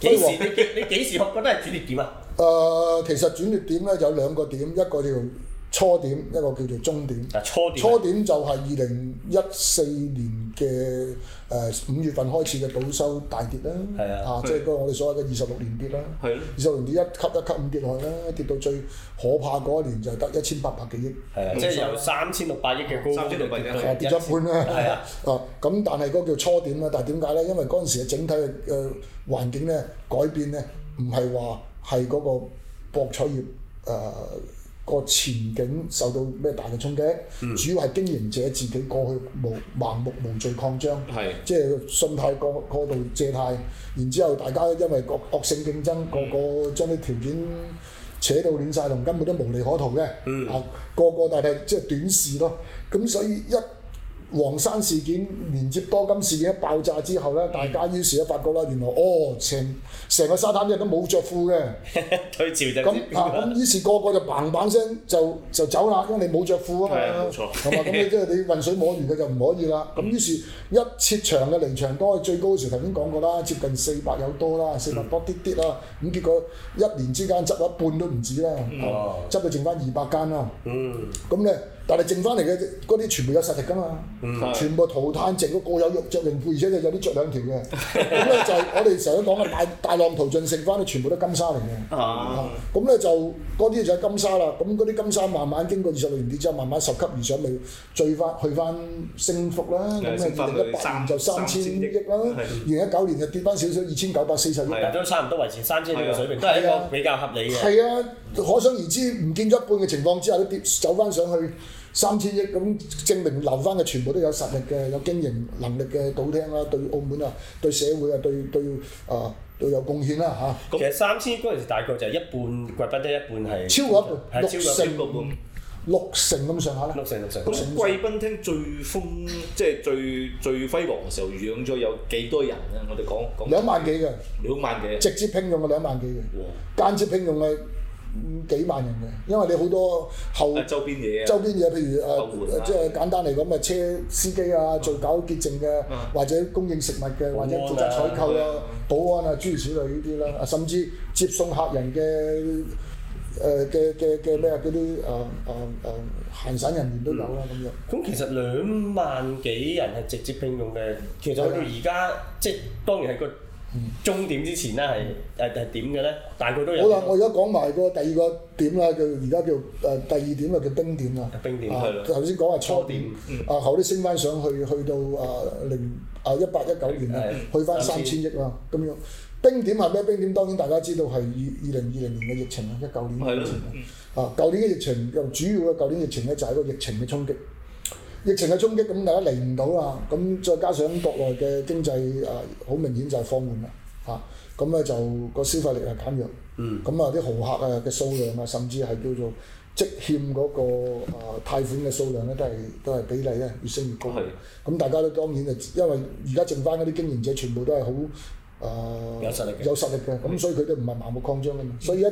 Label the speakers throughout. Speaker 1: 幾時你幾你幾時覺得係轉捩點啊？
Speaker 2: 誒、呃其實轉捩點咧有兩個點，一個叫初點，一個叫做終點。
Speaker 1: 嗱，初啊點
Speaker 2: 初點就係二零一四年嘅誒五月份開始嘅倒收大跌啦，
Speaker 1: 係啊
Speaker 2: 即係嗰個我哋所謂嘅二十六年跌啦，
Speaker 3: 係咯
Speaker 2: 二十六年跌一級一級咁跌落去啦，跌到最可怕嗰一年就係得一千八百幾億。
Speaker 1: 係啊，即係由三千六百億嘅高峰
Speaker 3: 3600億
Speaker 1: 跌到
Speaker 2: 嗯啊跌咗一半
Speaker 1: 係
Speaker 2: 啦
Speaker 1: 啊，
Speaker 2: 啊咁但係嗰個叫初點啊啦，但係點解咧？因為嗰陣時嘅整體嘅誒環境咧改變咧，唔係話係嗰個博彩業誒、呃個前景受到咩大嘅衝擊，主要係經營者自己過去無盲目無罪擴張，
Speaker 3: 係
Speaker 2: 即係信貸過過度借貸，然之後大家因為惡惡性競爭，個個將啲條件。扯到亂晒，同根本都無利可圖嘅，啊個個但係即係短視咯。咁所以一黃山事件連接多金事件一爆炸之後咧，大家於是咧發覺啦，原來哦成成個沙灘人都冇着褲嘅，
Speaker 1: 推潮就知
Speaker 2: 咁啊咁於是個個就砰砰聲就就走啦，因為你冇着褲啊
Speaker 3: 係啊
Speaker 2: 嘛，
Speaker 3: 冇錯
Speaker 2: 係嘛？咁你即係你混水摸魚嘅就唔可以啦。咁於是，一切場嘅離場多，最高嘅時候頭先講過啦，接近四百有多啦，四百多啲啲啦。咁結果一年之間執一半都唔止啦，啊
Speaker 1: 哦
Speaker 2: 執到剩翻二百間啦。
Speaker 1: 嗯，
Speaker 2: 咁咧，但係剩翻嚟嘅嗰啲全部有實力㗎嘛，全部淘汰剩嗰個有肉着泳褲，而且有啲着兩條 嘅。咁咧就係我哋成日都講嘅大大浪淘盡，剩翻啲全部都金沙嚟嘅。啊咁咧就嗰啲就係金沙啦。咁嗰啲金沙慢慢經過二十六年跌之後，慢慢十級而上，咪追翻去翻升幅啦。咁
Speaker 3: 係
Speaker 2: 咧
Speaker 3: 升
Speaker 2: 二
Speaker 3: 翻去
Speaker 2: 零一八年就三
Speaker 3: 三
Speaker 2: 千
Speaker 3: 千億
Speaker 2: 億啦，
Speaker 3: 係
Speaker 2: 二零一九年就跌翻少少，二千九百四十億啦
Speaker 1: 但都差唔多維持三千呢個水平，都係一個比較合理嘅。
Speaker 2: 啊係啊，可想而知，唔見咗一半嘅情況之下，都跌走翻上去三千億，咁證明留翻嘅全部都有實力嘅、有經營能力嘅賭廳啦，對澳門啊、對社會啊、對對啊、對有貢獻啦
Speaker 1: 其實三千嗰陣時大概就係一半貴賓得一半係
Speaker 2: 超過一半
Speaker 1: 係超過一半
Speaker 2: 六成六成咁上下啦
Speaker 1: 六。成六成。
Speaker 3: 咁貴賓廳最風即係最最輝煌嘅時候養咗有幾多人咧？我哋講講
Speaker 2: 兩萬幾嘅，
Speaker 3: 兩萬幾啊，
Speaker 2: 直接聘用嘅兩萬幾嘅，間接聘用嘅嗯幾萬人嘅，因為你好多後
Speaker 3: 啊周邊嘢啊，
Speaker 2: 周邊嘢，譬如誒、呃
Speaker 3: 救援啊
Speaker 2: 即係簡單嚟講，咪車司機啊，做搞潔淨嘅，或者供應食物嘅，
Speaker 1: 保
Speaker 2: 或
Speaker 1: 安啊
Speaker 2: 者負責採購啊、保安啊，諸如此類呢啲啦，啊甚至接送客人嘅誒嘅嘅嘅咩啊嗰啲誒誒誒閒散人員都有啦咁樣。
Speaker 1: 咁其實兩萬幾人係直接聘用嘅，其實去到而家
Speaker 2: 啊
Speaker 1: 即係當然係個終點之前咧係誒係點嘅咧，大概都有。
Speaker 2: 好啦，我而家講埋個第二個點啦，叫而家叫誒、呃第二點啊，叫冰點啦。
Speaker 1: 冰點
Speaker 2: 啊
Speaker 3: 係啦
Speaker 2: 頭先講係初點
Speaker 1: 初，
Speaker 2: 啊後啲升翻上去，去到啊零啊一八一九年啦，
Speaker 1: 係
Speaker 2: 去翻
Speaker 1: 三
Speaker 2: 三
Speaker 1: 千
Speaker 2: 千億啦，咁樣。冰點係咩冰點？當然大家知道係二二零二零年嘅疫情啦，啊一九年
Speaker 3: 係
Speaker 2: 嘅疫
Speaker 3: 咯
Speaker 2: 情啦。啊，舊年嘅疫情又主要嘅舊年疫情咧就係個疫情嘅衝擊。疫情嘅衝擊，咁大家嚟唔到啦，咁再加上國內嘅經濟誒好、明顯就係放緩啦，嚇、咁咧就個消費力係減弱，
Speaker 1: 嗯
Speaker 2: 咁啊啲豪客啊嘅數量啊，甚至係叫做積欠嗰、個啊貸款嘅數量咧，都係都係比例咧越升越高
Speaker 3: 係。
Speaker 2: 咁大家都當然就因為而家剩翻嗰啲經營者全部都係好。誒、
Speaker 1: 有實力嘅嗯
Speaker 2: 有實力嘅，咁所以佢哋唔係盲目擴張嘅嘛，所以一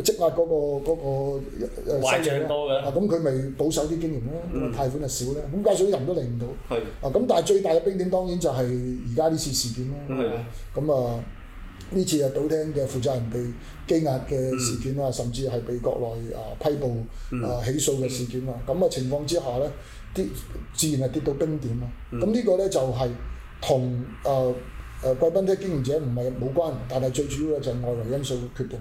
Speaker 2: 積壓嗰、個嗰、個誒
Speaker 1: 壞
Speaker 2: 收入
Speaker 1: 帳
Speaker 2: 呢
Speaker 1: 多嘅
Speaker 2: 啊咁佢咪保守啲經營咯，咁啊貸款就少咧，咁加上啲人都嚟唔到，
Speaker 3: 係
Speaker 2: 啊咁但係最大嘅冰點當然就係而家呢次事件
Speaker 3: 係
Speaker 2: 啦，咁啊呢次啊賭廳嘅負責人被羈押嘅事件啊，甚至係被國內啊批捕啊起訴嘅事件啊，咁嘅情況之下咧，跌自然係跌到冰點啦，咁呢個咧就係同誒。誒貴賓廳經營者唔係冇關，但係最主要嘅就係外圍因素決定。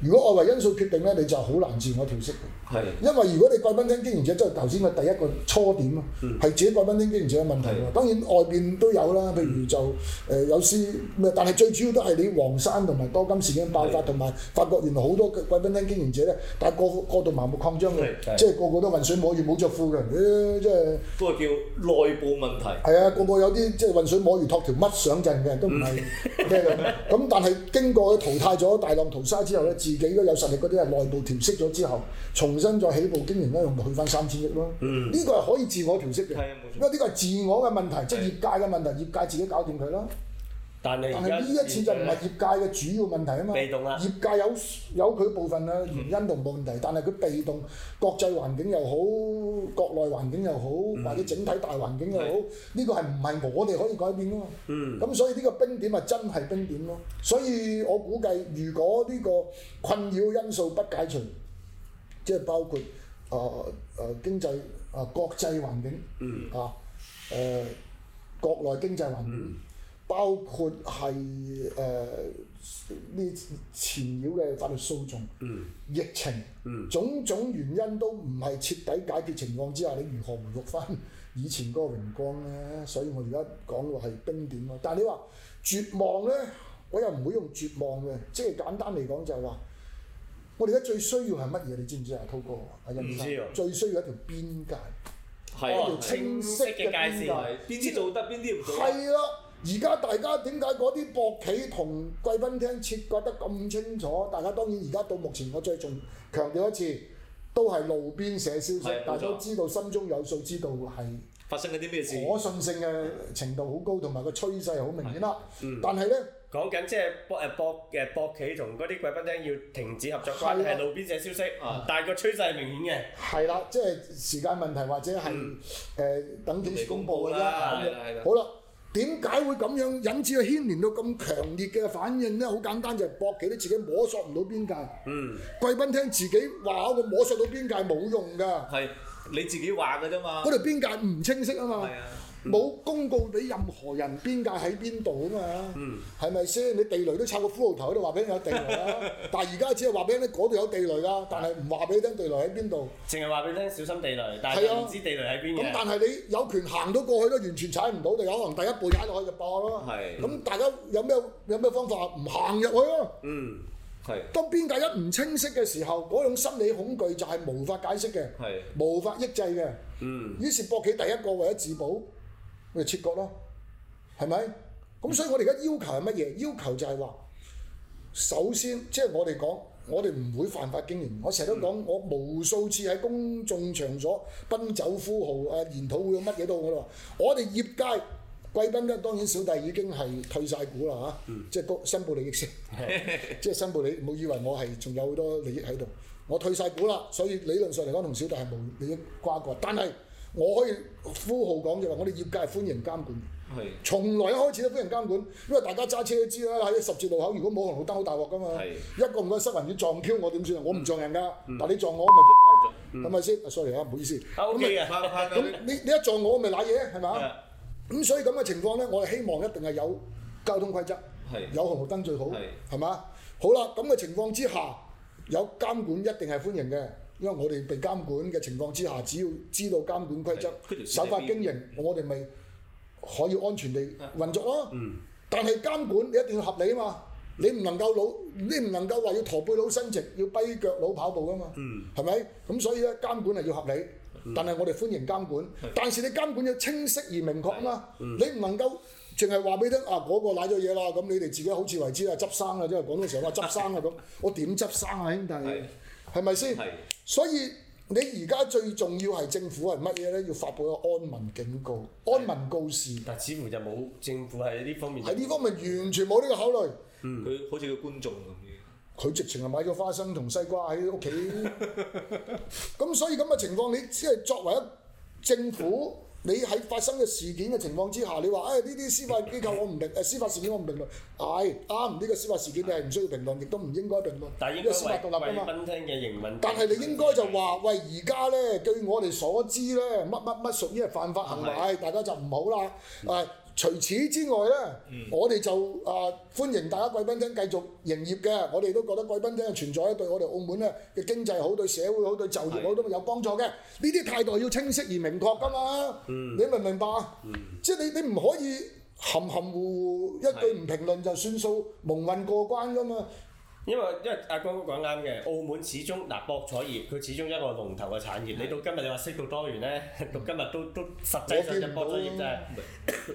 Speaker 2: 如果外圍因素決定咧，你就好難自我調適嘅。
Speaker 3: 係
Speaker 2: 因為如果你貴賓廳經營者，即係頭先嘅第一個初點啊，係自己貴賓廳經營者嘅問題喎。
Speaker 3: 嗯係
Speaker 2: 當然外邊都有啦，譬如就誒、呃有時咩，但係最主要都係你黃山同埋多金事件爆發，同埋發覺原來好多嘅貴賓廳經營者咧，但係過過度盲目擴張嘅，
Speaker 1: 係
Speaker 2: 即係個個都混水摸魚冇着褲嘅，誒即係。
Speaker 3: 嗰個叫內部問題，
Speaker 2: 係啊，個個有啲即係混水摸魚托條乜上陣嘅，都唔係
Speaker 3: 嗯
Speaker 2: 咩咁。咁但係經過淘汰咗大浪淘沙之後咧，自己都有實力嗰啲係內部調適咗之後，重新再起步經營咧，用去翻三千億咯。呢個係可以自我調適嘅，
Speaker 3: 嗯係啊冇錯
Speaker 2: 因為呢個係自我嘅問題，即係業界嘅問題，業界自己搞掂佢啦。
Speaker 1: 但係
Speaker 2: 但
Speaker 1: 而家
Speaker 2: 係呢一次就唔係業界嘅主要問題啊嘛，
Speaker 1: 被動啦嗯
Speaker 2: 業界有有佢部分嘅原因同問題，但係佢被動，國際環境又好，國內環境又好，
Speaker 1: 嗯
Speaker 2: 或者整體大環境又好，呢個係唔係我哋可以改變噶嘛？
Speaker 1: 嗯
Speaker 2: 咁所以呢個冰點咪啊真係冰點咯。所以我估計，如果呢個困擾因素不解除，即係包括啊啊經濟啊國際環境，嗯啊誒、國內經濟環境，
Speaker 1: 嗯
Speaker 2: 包括係誒呢纏繞嘅法律訴訟，嗯、疫情，嗯、種種原因都唔係徹底解決情況之下，你如何回復翻 以前嗰個榮光咧？所以我而家講話係冰點咯。但係你話絕望咧，我又唔會用絕望嘅，即係簡單嚟講就係話。我哋而家最需要係乜嘢？你知唔知啊，滔哥？阿
Speaker 1: 唔
Speaker 2: 欣生
Speaker 1: 知啊
Speaker 2: 最需要一條邊界，
Speaker 3: 係
Speaker 2: 一條
Speaker 1: 哦
Speaker 2: 清晰
Speaker 1: 清晰
Speaker 2: 嘅
Speaker 1: 嘅界
Speaker 2: 邊
Speaker 1: 線
Speaker 2: 界。
Speaker 3: 係邊啲做得，邊啲唔做得。
Speaker 2: 係啦，而家大家點解嗰啲博企同貴賓廳切割得咁清楚？大家當然而家到目前，我最重強調一次，都係路邊社消息
Speaker 3: 係，
Speaker 2: 大家都
Speaker 3: 冇錯
Speaker 2: 知道心中有數，知道係
Speaker 3: 發生緊啲咩事？
Speaker 2: 可信性嘅程度好高，同埋個趨勢好明顯啦。
Speaker 3: 嗯
Speaker 2: 但係呢。
Speaker 1: 講緊即係博誒博誒博企同嗰啲貴賓廳要停止合作關
Speaker 2: 係
Speaker 1: 係，
Speaker 2: 啊
Speaker 1: 路邊社消息
Speaker 3: 啊，
Speaker 1: 但係個趨勢係明顯嘅。
Speaker 2: 係啦，即係時間問題或者係誒、
Speaker 3: 嗯
Speaker 2: 呃等幾時公佈嘅啫。
Speaker 3: 啦
Speaker 2: 咁
Speaker 3: 係啦係
Speaker 2: 樣
Speaker 3: 啦
Speaker 2: 好啦，點解會咁樣引致佢牽連到咁強烈嘅反應咧？好簡單，就係博企都自己摸索唔到邊界。嗯。貴賓廳自己話我摸索到邊界冇用㗎，
Speaker 3: 係你自己話嘅啫嘛。
Speaker 2: 嗰條邊界唔清晰啊嘛
Speaker 3: 係。啊，
Speaker 2: 冇公告俾任何人邊界喺邊度啊嘛，
Speaker 3: 嗯
Speaker 2: 係咪先？你地雷都插個骷髏頭喺度話俾你有地雷啦，但係而家只係話俾你聽嗰度有地雷啦，但係唔話俾你聽地雷喺邊度。
Speaker 1: 淨係話俾你聽小心地雷，但係
Speaker 2: 係啊
Speaker 1: 又唔知地雷喺邊
Speaker 2: 咁
Speaker 1: 嘅。啊
Speaker 2: 但係你有權行到過去都完全踩唔到，就有可能第一步踩落去就爆咯。
Speaker 3: 係
Speaker 2: 咁大家有咩有咩方法唔行入去啊咯？
Speaker 1: 嗯，
Speaker 3: 係
Speaker 2: 當邊界一唔清晰嘅時候，嗰種心理恐懼就係無法解釋嘅，
Speaker 3: 係
Speaker 2: 無法抑制嘅。
Speaker 1: 嗯，
Speaker 2: 於是博企第一個為咗自保，咪切割咯，係咪？咁所以我哋而家要求係乜嘢？要求就係話，首先即係我哋講，我哋唔會犯法經營。我成日都講，我無數次喺公眾場所奔走呼號啊、研討會乜嘢都好，我都話我哋業界。貴賓咧，當然小弟已經係退晒股啦嚇，即係高申報利益先，即係申報利，唔好以為我係仲有好多利益喺度，我退晒股啦，所以理論上嚟講同小弟係冇利益瓜葛，但係我可以呼號講就話，我哋業界係歡迎監管嘅。
Speaker 3: 係
Speaker 2: 從來一開始都歡迎監管，因為大家揸車都知啦，喺十字路口如果冇紅綠燈好大鑊噶嘛，
Speaker 3: 係
Speaker 2: 一個唔該失魂要撞 Q 我點算啊？我唔撞人㗎，但你撞我我咪撲街，係咪先啊？sorry 啊，唔好意思。
Speaker 1: 啊 OK 嘅，
Speaker 3: 拍拍
Speaker 2: 咁你你一撞我我咪賴嘢係
Speaker 1: 係
Speaker 2: 嘛？咁所以咁嘅情況咧，我哋希望一定係有交通規則，
Speaker 3: 係
Speaker 2: 有紅綠燈最好
Speaker 3: 係，
Speaker 2: 係嘛？好啦，咁嘅情況之下，有監管一定係歡迎嘅，因為我哋被監管嘅情況之下，只要知道監管規則
Speaker 3: 係佢條線喺，邊嗯
Speaker 2: 守法經營，我哋咪可以安全地運作咯。但係監管你一定要合理啊嘛，你唔能夠老，你唔能夠話要駝背佬伸直，要跛腳佬跑步噶嘛，係咪？咁所以咧監管係要合理，但係我哋歡迎監管，但是你監管要清晰而明確啊嘛，你唔能夠。淨係話俾你聽啊！嗰、個攋咗嘢啦，咁你哋自己好自為之啊，執生啊，即係廣東成日話執生啊咁，我點執生啊，兄弟？係咪先
Speaker 3: 係？
Speaker 2: 所以你而家最重要係政府係乜嘢咧？要發布個安民警告、安民告示。
Speaker 1: 但似乎就冇政府喺呢方面
Speaker 2: 喺呢方面完全冇呢個考慮。
Speaker 3: 佢好似個觀眾咁嘅。
Speaker 2: 佢直情係買咗花生同西瓜喺屋企，咁所以咁嘅情況，你只係作為一政府，你喺發生嘅事件嘅情況之下，你話誒呢啲司法機構我唔評，誒司法事件我唔評論，係啱呢個司法事件你係唔需要評論，亦都唔應該評論，
Speaker 1: 但係
Speaker 2: 呢
Speaker 1: 應
Speaker 2: 個
Speaker 1: 該
Speaker 2: 司法
Speaker 1: 為
Speaker 2: 獨立㗎啊
Speaker 1: 貴
Speaker 2: 嘛。
Speaker 1: 賓廳嘅營運。
Speaker 2: 但係你應該就話喂，而家咧據我哋所知咧，乜乜乜屬於係犯法行為，大家就唔好啦。誒、除此之外咧，我哋就啊、歡迎大家貴賓廳繼續營業嘅，我哋都覺得貴賓廳嘅存在咧對我哋澳門咧嘅經濟好、對社會好、對就業好都有幫助嘅。呢啲態度要清晰而明確㗎嘛，你明唔明白啊？即係你你唔可以含含糊糊一句唔評論就算數，蒙混過關㗎嘛。
Speaker 1: 因為因為阿光哥講啱嘅，澳門始終嗱博彩業佢始終一個龍頭嘅產業，你到今日你話識到多元咧， 到今日
Speaker 2: 嗯
Speaker 1: 都都實際上就博彩業真係。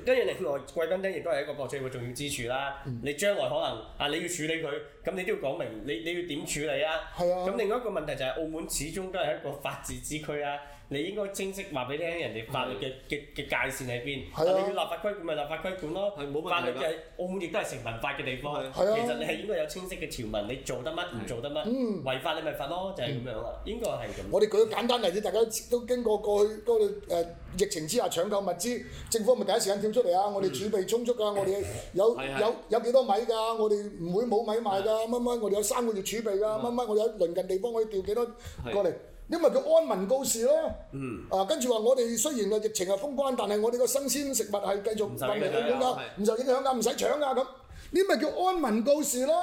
Speaker 1: 跟住另外貴賓廳亦都係一個博彩業嘅重要支柱啦。
Speaker 2: 嗯
Speaker 1: 你將來可能啊你要處理佢，咁你都要講明你你要點處理啊。
Speaker 2: 係啊
Speaker 1: 咁另外一個問題就係澳門始終都係一個法治之區啊。你應該清晰話俾你聽人哋法律嘅嘅嘅界線喺邊。
Speaker 2: 嗯係啊
Speaker 1: 你要立法規管咪立法規管咯。
Speaker 3: 係冇問題㗎
Speaker 1: 法律嘅澳門亦都係成文法嘅地方。
Speaker 3: 係
Speaker 1: 其
Speaker 2: 係啊
Speaker 1: 實你係應該有清晰嘅條文，你做得乜唔做得乜，
Speaker 3: 嗯
Speaker 1: 違法你咪罰咯，就係咁樣啦。應該係咁。
Speaker 2: 我哋舉個簡單例子，大家都經過過去嗰個誒疫情之下搶購物資，政府係咪第一時間跳出嚟啊！我哋儲備充足啊 㗎，我哋有
Speaker 3: 嗯係係
Speaker 2: 有有幾多米㗎？我哋唔會冇米賣㗎，乜乜我哋有三個月儲備㗎，
Speaker 3: 嗯
Speaker 2: 乜乜我有鄰近地方可以調幾多過嚟。呢咪叫安民告示咯，
Speaker 3: 嗯
Speaker 2: 啊跟住話我哋雖然個疫情係封關，但係我哋個新鮮食物係繼續
Speaker 1: 唔受
Speaker 2: 運嚟
Speaker 1: 影響
Speaker 2: 澳門㗎
Speaker 3: 係，
Speaker 2: 唔受影響㗎，唔使搶㗎咁，呢咪叫安民告示咯。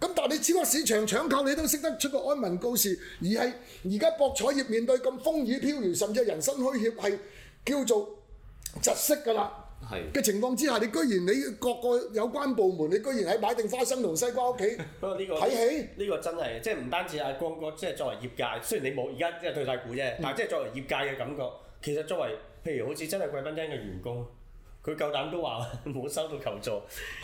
Speaker 2: 咁但係你超級市場搶購，你都識得出個安民告示，而係而家博彩業面對咁風雨飄搖，甚至係人心虛怯，係叫做窒息㗎啦。
Speaker 3: 係
Speaker 2: 嘅情況之下，你居然你各個有關部門，你居然喺買定花生同西瓜屋企
Speaker 1: 不過呢個
Speaker 2: 睇戲，
Speaker 1: 呢個真係即係唔單止阿光哥，即係作為業界，雖然你冇而家即係退晒股啫，
Speaker 3: 嗯
Speaker 1: 但係即係作為業界嘅感覺，其實作為譬如好似真係貴賓廳嘅員工，佢夠膽都話 冇收到求助。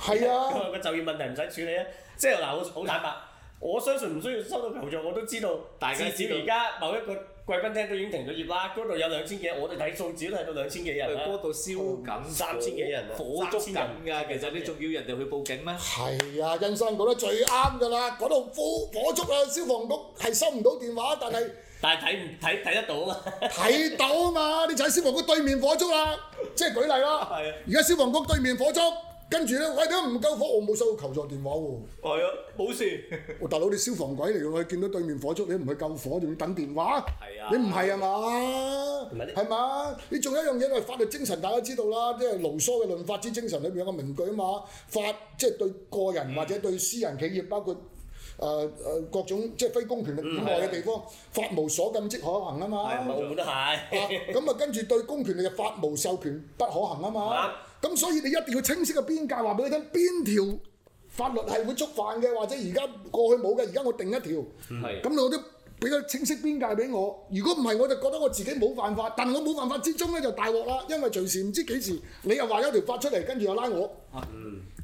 Speaker 2: 係
Speaker 1: 因
Speaker 2: 啊，
Speaker 1: 為個就業問題唔使處理啊！即係嗱，好好坦白，我相信唔需要收到求助，我都知道。
Speaker 3: 大家
Speaker 1: 至
Speaker 3: 知
Speaker 1: 少
Speaker 3: 道
Speaker 1: 而家某一個貴賓廳都已經停咗業啦，嗰度有兩千幾人，我哋睇數字都睇到兩千幾人啦
Speaker 3: 嗰。度燒緊火
Speaker 1: 三千幾人啊
Speaker 3: 火燭緊
Speaker 1: 三千人
Speaker 3: 㗎，其實你仲要人哋去報警咩？
Speaker 2: 係啊，欣生講得最啱㗎啦，嗰度火火燭啊，消防局係收唔到電話，但係。
Speaker 1: 但係睇唔睇睇得到啊嘛？
Speaker 2: 睇到啊嘛！你就喺消防局對面火燭啦，即係舉例啦。
Speaker 1: 係啊
Speaker 2: 而家消防局對面火燭，跟住咧，喂，點解唔救火？我冇收到求助電話喎。
Speaker 3: 係啊，冇事。
Speaker 2: 我大佬，你消防鬼嚟嘅，見到對面火燭，你唔去救火，仲要等電話？
Speaker 3: 係啊
Speaker 2: 你唔係啊嘛
Speaker 1: 係？
Speaker 2: 係嘛？你仲有一樣嘢係法律精神，大家知道啦，即係盧梭嘅《論法之精神》裏面有個名句啊嘛，法即係對個人或者對私人企業，包括誒誒、呃呃各種即係非公權力以外嘅地方，法無所禁即可行啊嘛。
Speaker 3: 係啊
Speaker 1: 澳門都係。
Speaker 2: 啊咁啊，跟住對公權力嘅法無授權不可行啊嘛。咁所以你一定要清晰嘅邊界，話俾佢聽邊條法律係會觸犯嘅，或者而家過去冇嘅，而家我定一條。
Speaker 1: 嗯
Speaker 2: 咁
Speaker 3: 係
Speaker 2: 你都比較清晰邊界俾我。如果唔係，我就覺得我自己冇犯法，但係我冇犯法之中咧就大鑊啦，因為隨時唔知幾時你又話有條法出嚟，跟住又拉我，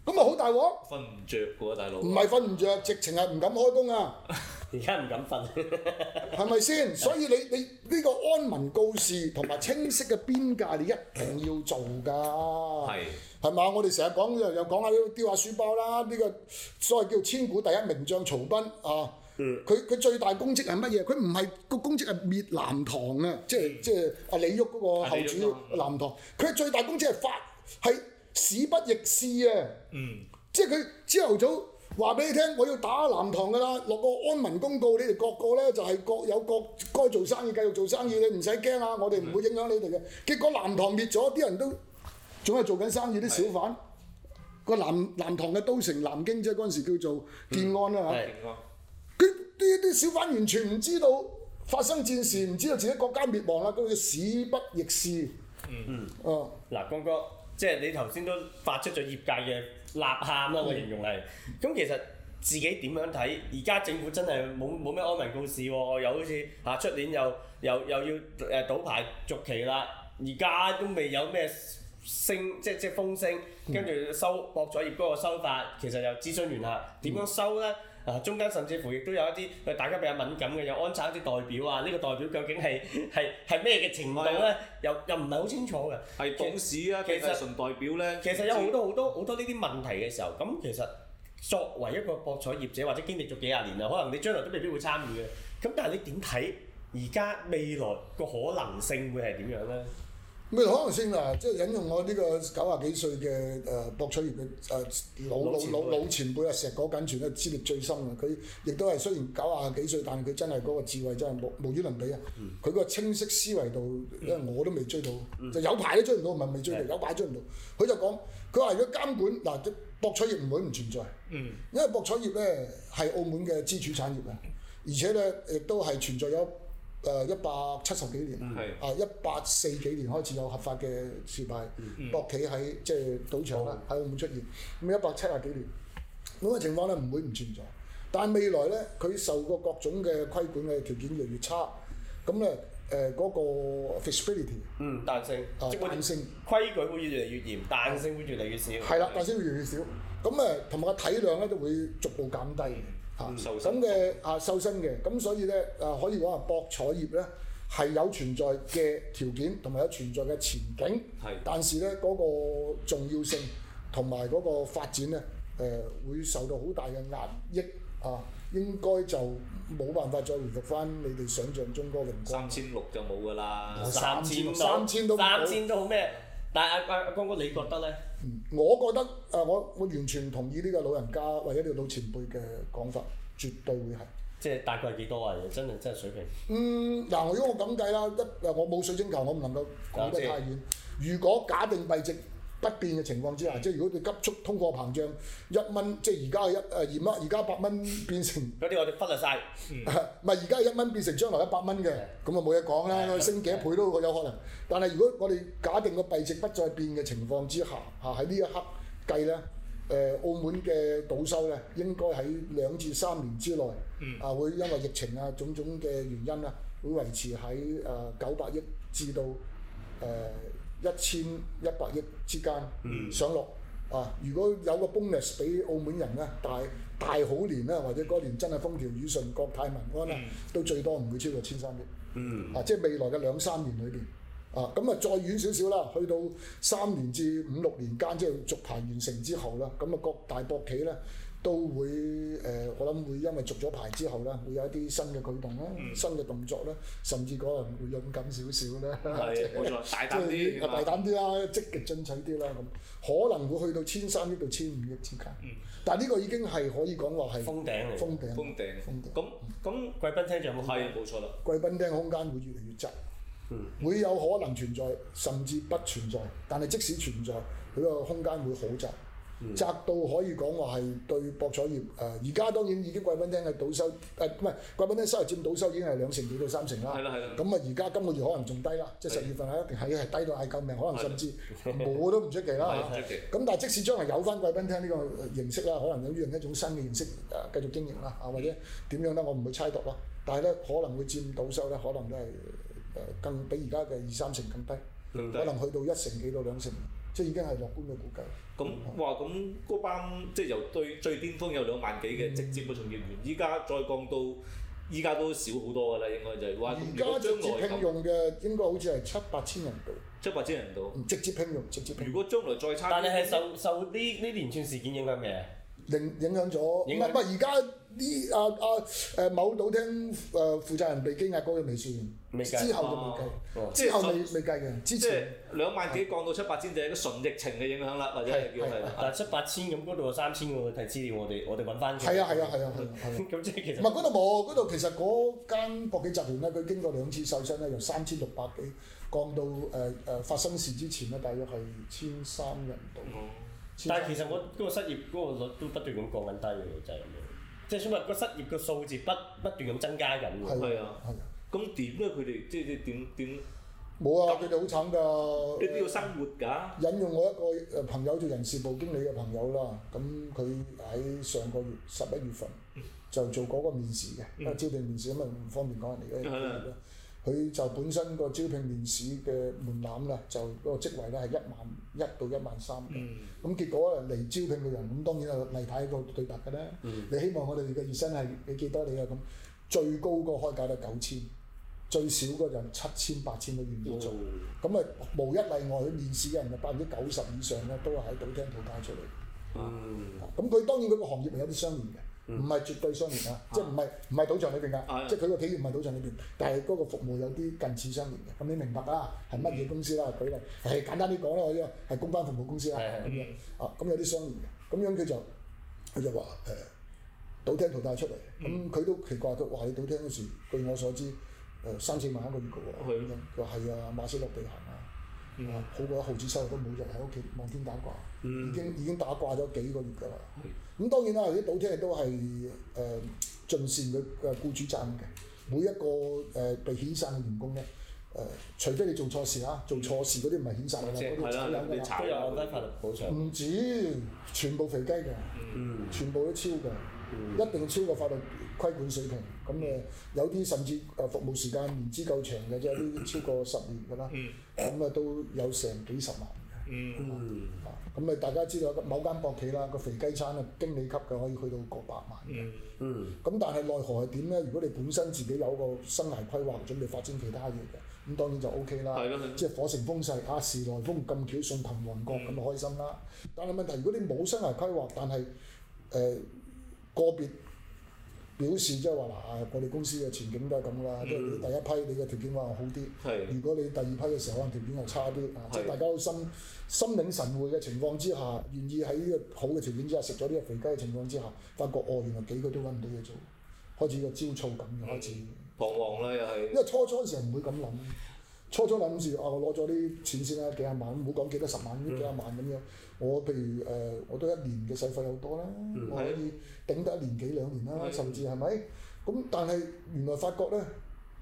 Speaker 2: 咁啊好大鑊。
Speaker 3: 瞓唔着㗎喎，大佬。
Speaker 2: 唔係瞓唔着，直情係唔敢開工啊！
Speaker 1: 而家唔敢瞓，
Speaker 2: 係咪先？所以你你呢個安民告示同埋清晰嘅邊界，你一定要做㗎。
Speaker 3: 係
Speaker 2: 係嘛？我哋成日講又又講下呢個丟下書包啦，呢、個所謂叫千古第一名將曹彬啊。佢佢最大功績係乜嘢？佢唔係個功績係滅南唐啊，即係即係阿李煜嗰個後
Speaker 3: 係李煜
Speaker 2: 主
Speaker 3: 啊
Speaker 2: 南唐。佢最大功績係發係史不易事啊！
Speaker 3: 嗯，
Speaker 2: 即係佢朝頭早話俾你聽，我要打南唐㗎啦，落個安民公告，你哋各個咧就係各有各該做生意，繼續做生意，你唔使驚啊，我哋唔會影響你哋嘅。結果南唐滅咗，啲人都仲係做緊生意，啲小販。個南南唐嘅都城南京即係嗰陣時叫做建安啦嚇
Speaker 1: 係
Speaker 3: 勁啊！
Speaker 2: 佢啲啲小販完全唔知道發生戰事，唔知道自己國家滅亡啦，佢叫史不易事。嗯嗯。啊。
Speaker 1: 嗱，光哥，即係你頭先都發出咗業界嘅吶喊啦，我形容係。咁其實自己點樣睇？而家政府真係冇冇咩安民告示喎，又好似嚇出年又又又要誒呃賭牌續期啦，而家都未有咩升，即即風聲，跟住收博彩業嗰個收法，其實又諮詢完啦，點樣收呢？啊，中間甚至乎亦都有一啲呃大家比較敏感嘅，有安插一啲代表啊，呢、個代表究竟係係係咩嘅程度呢？又又唔係好清楚嘅。
Speaker 3: 係董事啊，
Speaker 1: 其
Speaker 3: 其
Speaker 1: 實
Speaker 3: 實純代表咧，
Speaker 1: 其實有好多好多好多呢啲問題嘅時候，咁其實作為一個博彩業者或者經歷咗幾廿年啦，可能你將來都未必會參與嘅。咁但係你點睇而家未來個可能性會係點樣咧？
Speaker 2: 咪啊可能先嗱，即係引用我呢個九啊幾歲嘅誒博彩業嘅誒老
Speaker 1: 老前輩
Speaker 2: 老老老前輩啊，石果緊全咧資歷最深啊！佢亦都係雖然九啊幾歲，但係佢真係嗰個智慧真係無無與倫比啊！
Speaker 1: 嗯
Speaker 2: 佢個清晰思維度，因為我都未追到，就有排都追唔到，唔係未追到，
Speaker 1: 係
Speaker 2: 有排追唔到。佢就講，佢話如果監管嗱，即博彩業唔會唔存在，
Speaker 3: 嗯
Speaker 2: 因為博彩業咧係澳門嘅支柱產業啊，而且咧亦都係存在咗誒一百七十幾年。
Speaker 1: 嗯
Speaker 3: 係
Speaker 2: 啊，一八四幾年開始有合法嘅示牌，博企喺即係賭場啦，喺澳門出現。咁一百七啊幾年，咁嘅情況咧唔會唔存在。但係未來咧，佢受過各種嘅規管嘅條件越嚟越差，咁咧誒嗰個 feasibility
Speaker 1: 嗯，彈性，
Speaker 2: 啊
Speaker 1: 即係
Speaker 2: 彈性
Speaker 1: 規矩會越嚟越嚴，彈性會越嚟越少。
Speaker 2: 係啦，但係先會越嚟越少。咁誒同埋個體量咧都會逐步減低嘅嚇。
Speaker 3: 嗯瘦
Speaker 2: 咁
Speaker 3: 身
Speaker 2: 嘅啊瘦身嘅，咁所以咧啊可以講話博彩業咧係有存在嘅條件同埋有存在嘅前景，
Speaker 3: 係
Speaker 2: 但是咧嗰、個重要性同埋嗰個發展咧，誒、會受到好大嘅壓抑啊！應該就冇辦法再回復翻你哋想象中嗰個榮光。
Speaker 3: 三千六就冇㗎啦。
Speaker 1: 三千都
Speaker 2: 三千都
Speaker 1: 三千都好咩？但係阿阿阿光哥，你覺得咧？
Speaker 2: 嗯我覺得誒、我我完全同意呢個老人家或者呢個老前輩嘅講法，絕對會係。
Speaker 1: 即係大概係幾多啊？真係真係水平。
Speaker 2: 嗯，嗱，如果我咁計啦，一嗱我冇水晶球，我唔能夠講得太遠。如果假定幣值不變嘅情況之下，即係如果佢急速通貨膨脹，一蚊即係而家嘅一誒二蚊，而家八蚊變成
Speaker 1: 嗰啲我哋忽略晒。
Speaker 2: 唔係而家一蚊變成將來一百蚊嘅，咁啊冇嘢講啦，佢升幾多倍都有可能。但係如果我哋假定個幣值不再變嘅情況之下，嚇喺呢一刻計咧，誒、澳門嘅賭收咧應該喺兩至三年之內，啊會因為疫情啊種種嘅原因啊，會維持喺誒九百億至到誒一千一百億之間上落。啊！如果有個 bonus 俾澳門人咧，啊大大好年咧，或者嗰年真係風調雨順、國泰民安啦，都最多唔會超過千三億。嗯。啊，即係未來嘅兩三年裏邊。啊，咁啊再遠少少啦，去到三年至五六年間，即係續牌完成之後啦，咁啊各大博企咧都會誒、呃我諗會因為續咗牌之後咧，會有一啲新嘅舉動啦、
Speaker 3: 嗯
Speaker 2: 新嘅動作啦，甚至可能會勇敢少少啦。 即
Speaker 3: 係
Speaker 2: 係
Speaker 3: 冇錯，大
Speaker 2: 即
Speaker 3: 膽
Speaker 2: 係
Speaker 3: 啲
Speaker 2: 啊大
Speaker 3: 㗎嘛。
Speaker 2: 膽啲啦，積極進取啲啦，咁可能會去到千三億到千五億之間。但係呢個已經係可以講話係
Speaker 1: 封頂嚟
Speaker 2: 封頂，
Speaker 3: 嗯封頂
Speaker 2: 封頂。
Speaker 3: 咁咁
Speaker 1: 貴賓廳仲有冇？
Speaker 3: 係冇錯啦。
Speaker 2: 貴賓廳空間會越嚟越窄，
Speaker 3: 嗯
Speaker 2: 會有可能存在，甚至不存在。但係即使存在，佢個空間會好窄，
Speaker 3: 嗯
Speaker 2: 窄到可以講話係對博彩業誒。呃而、家當然已經貴賓廳嘅賭收誒，唔係貴賓廳收入佔賭收已經係兩成幾到三成啦。
Speaker 3: 係啦係啦
Speaker 2: 咁啊，而家今個月可能仲低啦，即係十月份係一定係係低到嗌救命，可能甚至冇都唔出奇啦
Speaker 3: 係
Speaker 2: 嚇
Speaker 3: 唔出奇
Speaker 2: 啊咁但係即使將來有翻貴賓廳呢個呃形式啦，可能有呢樣一種新嘅形式誒、呃、繼續經營啦，啊或者點樣咧，我唔會猜度啦。但係咧，可能會佔到收咧，可能都係誒呃更比而家嘅二三成更低，
Speaker 3: 更
Speaker 2: 嗯
Speaker 3: 低
Speaker 2: 可能去到一成幾到兩成，即係已經係樂觀嘅估計。
Speaker 3: 咁哇，咁嗰班即係由最最巔峰有兩萬幾
Speaker 2: 嗯
Speaker 3: 嘅直接嘅從業員，依家再降到依家都少好多㗎啦，應該就係哇！咁
Speaker 2: 而
Speaker 3: 如
Speaker 2: 家
Speaker 3: 果將
Speaker 2: 直接
Speaker 3: 來
Speaker 2: 聘
Speaker 3: 咁
Speaker 2: 用嘅應該好似係七八千人度，
Speaker 3: 七八千人度，
Speaker 2: 嗯直接聘用，直接聘用，
Speaker 3: 如果將來再差啲，
Speaker 1: 但係係受受呢呢連串事件影響咩啊？
Speaker 2: 影影響咗。唔
Speaker 1: 影
Speaker 2: 係
Speaker 1: 響
Speaker 2: 唔係，而家呢啊啊誒某賭廳誒負責人被羈押嗰個未算，
Speaker 1: 未計
Speaker 2: 之後就未
Speaker 1: 哦
Speaker 2: 計，之後未
Speaker 3: 即
Speaker 2: 未計嘅，之
Speaker 3: 即係
Speaker 2: 前。
Speaker 3: 兩萬幾降到七八千就係一個純疫情嘅影響啦，或者係叫
Speaker 2: 係
Speaker 3: 係。
Speaker 1: 但係七八千咁，嗰度有三千喎，睇資料我哋我哋揾翻。
Speaker 2: 係啊係啊係啊係啊係 啊！
Speaker 1: 咁即係其
Speaker 2: 唔
Speaker 1: 實
Speaker 2: 係嗰度冇，嗰度其實嗰間博企集團咧，佢經過兩次瘦身咧，由三千六百幾降到誒誒、呃發生事之前咧，大約係千三人度。
Speaker 3: 嗯
Speaker 1: 但係其實我嗰個失業嗰個率都不斷咁降緊低嘅，就係咁樣。即係所以話個失業嘅數字不不斷咁增加緊喎。
Speaker 2: 係
Speaker 3: 係啊
Speaker 2: 係啊，
Speaker 3: 咁點咧？佢哋即係即係點點？你
Speaker 2: 冇啊！佢哋好慘㗎。
Speaker 3: 都要生活㗎。
Speaker 2: 引用我一個誒呃朋友做人事部經理嘅朋友啦，咁佢喺上個月十一月份就做嗰個面試嘅，因為招聘面試咁啊唔方便講人哋
Speaker 3: 嗯
Speaker 2: 嘅佢就本身個招聘面試嘅門檻啦，就嗰個職位咧係一萬一到一萬三嘅。咁結果咧嚟招聘嘅人，咁當然係例牌個對白嘅啦。你希望我哋嘅月薪係你幾多你啊咁？最高個開價都九千，最少個就七千八千都願意做。咁啊，無一例外，佢面試嘅人嘅百分之九十以上咧，都係喺賭廳度搞出嚟。
Speaker 1: 嗯，
Speaker 2: 咁佢當然佢個行業係有啲相連嘅，唔係絕對相連啊，即係唔係唔係賭場裏邊
Speaker 3: 啊
Speaker 2: 㗎，即係佢個企業唔係賭場裏邊，但係嗰個服務有啲近似相連嘅。咁你明白啦，係乜嘢公司啦？舉例，係簡單啲講啦，我依個係公關服務公司啦，
Speaker 1: 係係
Speaker 2: 咁樣啊，咁有啲相連嘅。咁樣佢就佢就話誒賭廳淘汰出嚟，
Speaker 3: 嗯
Speaker 2: 咁佢都奇怪，佢話你賭廳嗰時，據我所知誒三四萬一個月嘅喎，
Speaker 3: 係嗯
Speaker 2: 咁樣佢話係啊，馬死落地行啊。啊好過一毫子收入都冇，就喺屋企望天打卦，已經已經打卦咗幾個月㗎啦。咁當然啦，啲賭廳亦都係誒、呃、盡善佢嘅僱主責任嘅。每一個誒、呃被遣散嘅員工咧，誒、除非你做錯事啊啦，做錯事嗰啲唔係遣散㗎啦，嗰
Speaker 3: 係
Speaker 2: 啲炒
Speaker 3: 啦，
Speaker 2: 人
Speaker 3: 你
Speaker 2: 㗎啦。
Speaker 3: 炒
Speaker 1: 都有按低法律補償。
Speaker 2: 唔止，全部肥雞嘅，全部都超嘅，一定超過法律規管水平。咁誒，有啲甚至誒服務時間唔知夠長嘅啫，有啲超過十年㗎啦。咁啊都有成幾十萬嘅。
Speaker 3: 嗯，
Speaker 1: 嗯，
Speaker 2: 啊咁你大家知道某間博企啦，個肥雞餐啊，經理級嘅可以去到過百萬嘅。
Speaker 3: 嗯，
Speaker 1: 嗯，
Speaker 2: 咁但係奈何係點呢？如果你本身自己有個生涯規劃，準備發展其他嘢嘅，咁當然就 O K 啦。
Speaker 3: 係咯嗯係咯
Speaker 2: 即係火成風勢，啊時來風咁巧順藤黃國，咁就開心啦。但係問題，如果你冇生涯規劃，但係誒、呃、個別表示即係話嗱，啊我哋公司嘅前景都係咁啦，即係你第一批你嘅條件可能好啲。
Speaker 3: 嗯係
Speaker 2: 如果你第二批嘅時候可能條件又差啲啊，即係
Speaker 3: 係
Speaker 2: 大家都心心領神會嘅情況之下，願意喺呢個好嘅條件之下食咗呢個肥雞嘅情況之下，發覺哦原來幾個都揾唔到嘢做，開始個焦躁感
Speaker 3: 嗯
Speaker 2: 嘅開始。
Speaker 3: 彷徨啦又係
Speaker 2: 因，為初初嗰時候唔會咁諗，初初諗住啊我攞咗啲錢先啊啦，幾廿萬，唔好講幾多十萬，幾廿萬咁樣。我譬如誒、呃我都一年嘅使費好多啦，我可以頂得一年幾兩年啦，
Speaker 3: 嗯係
Speaker 2: 甚至係咪？咁但係原來發覺咧，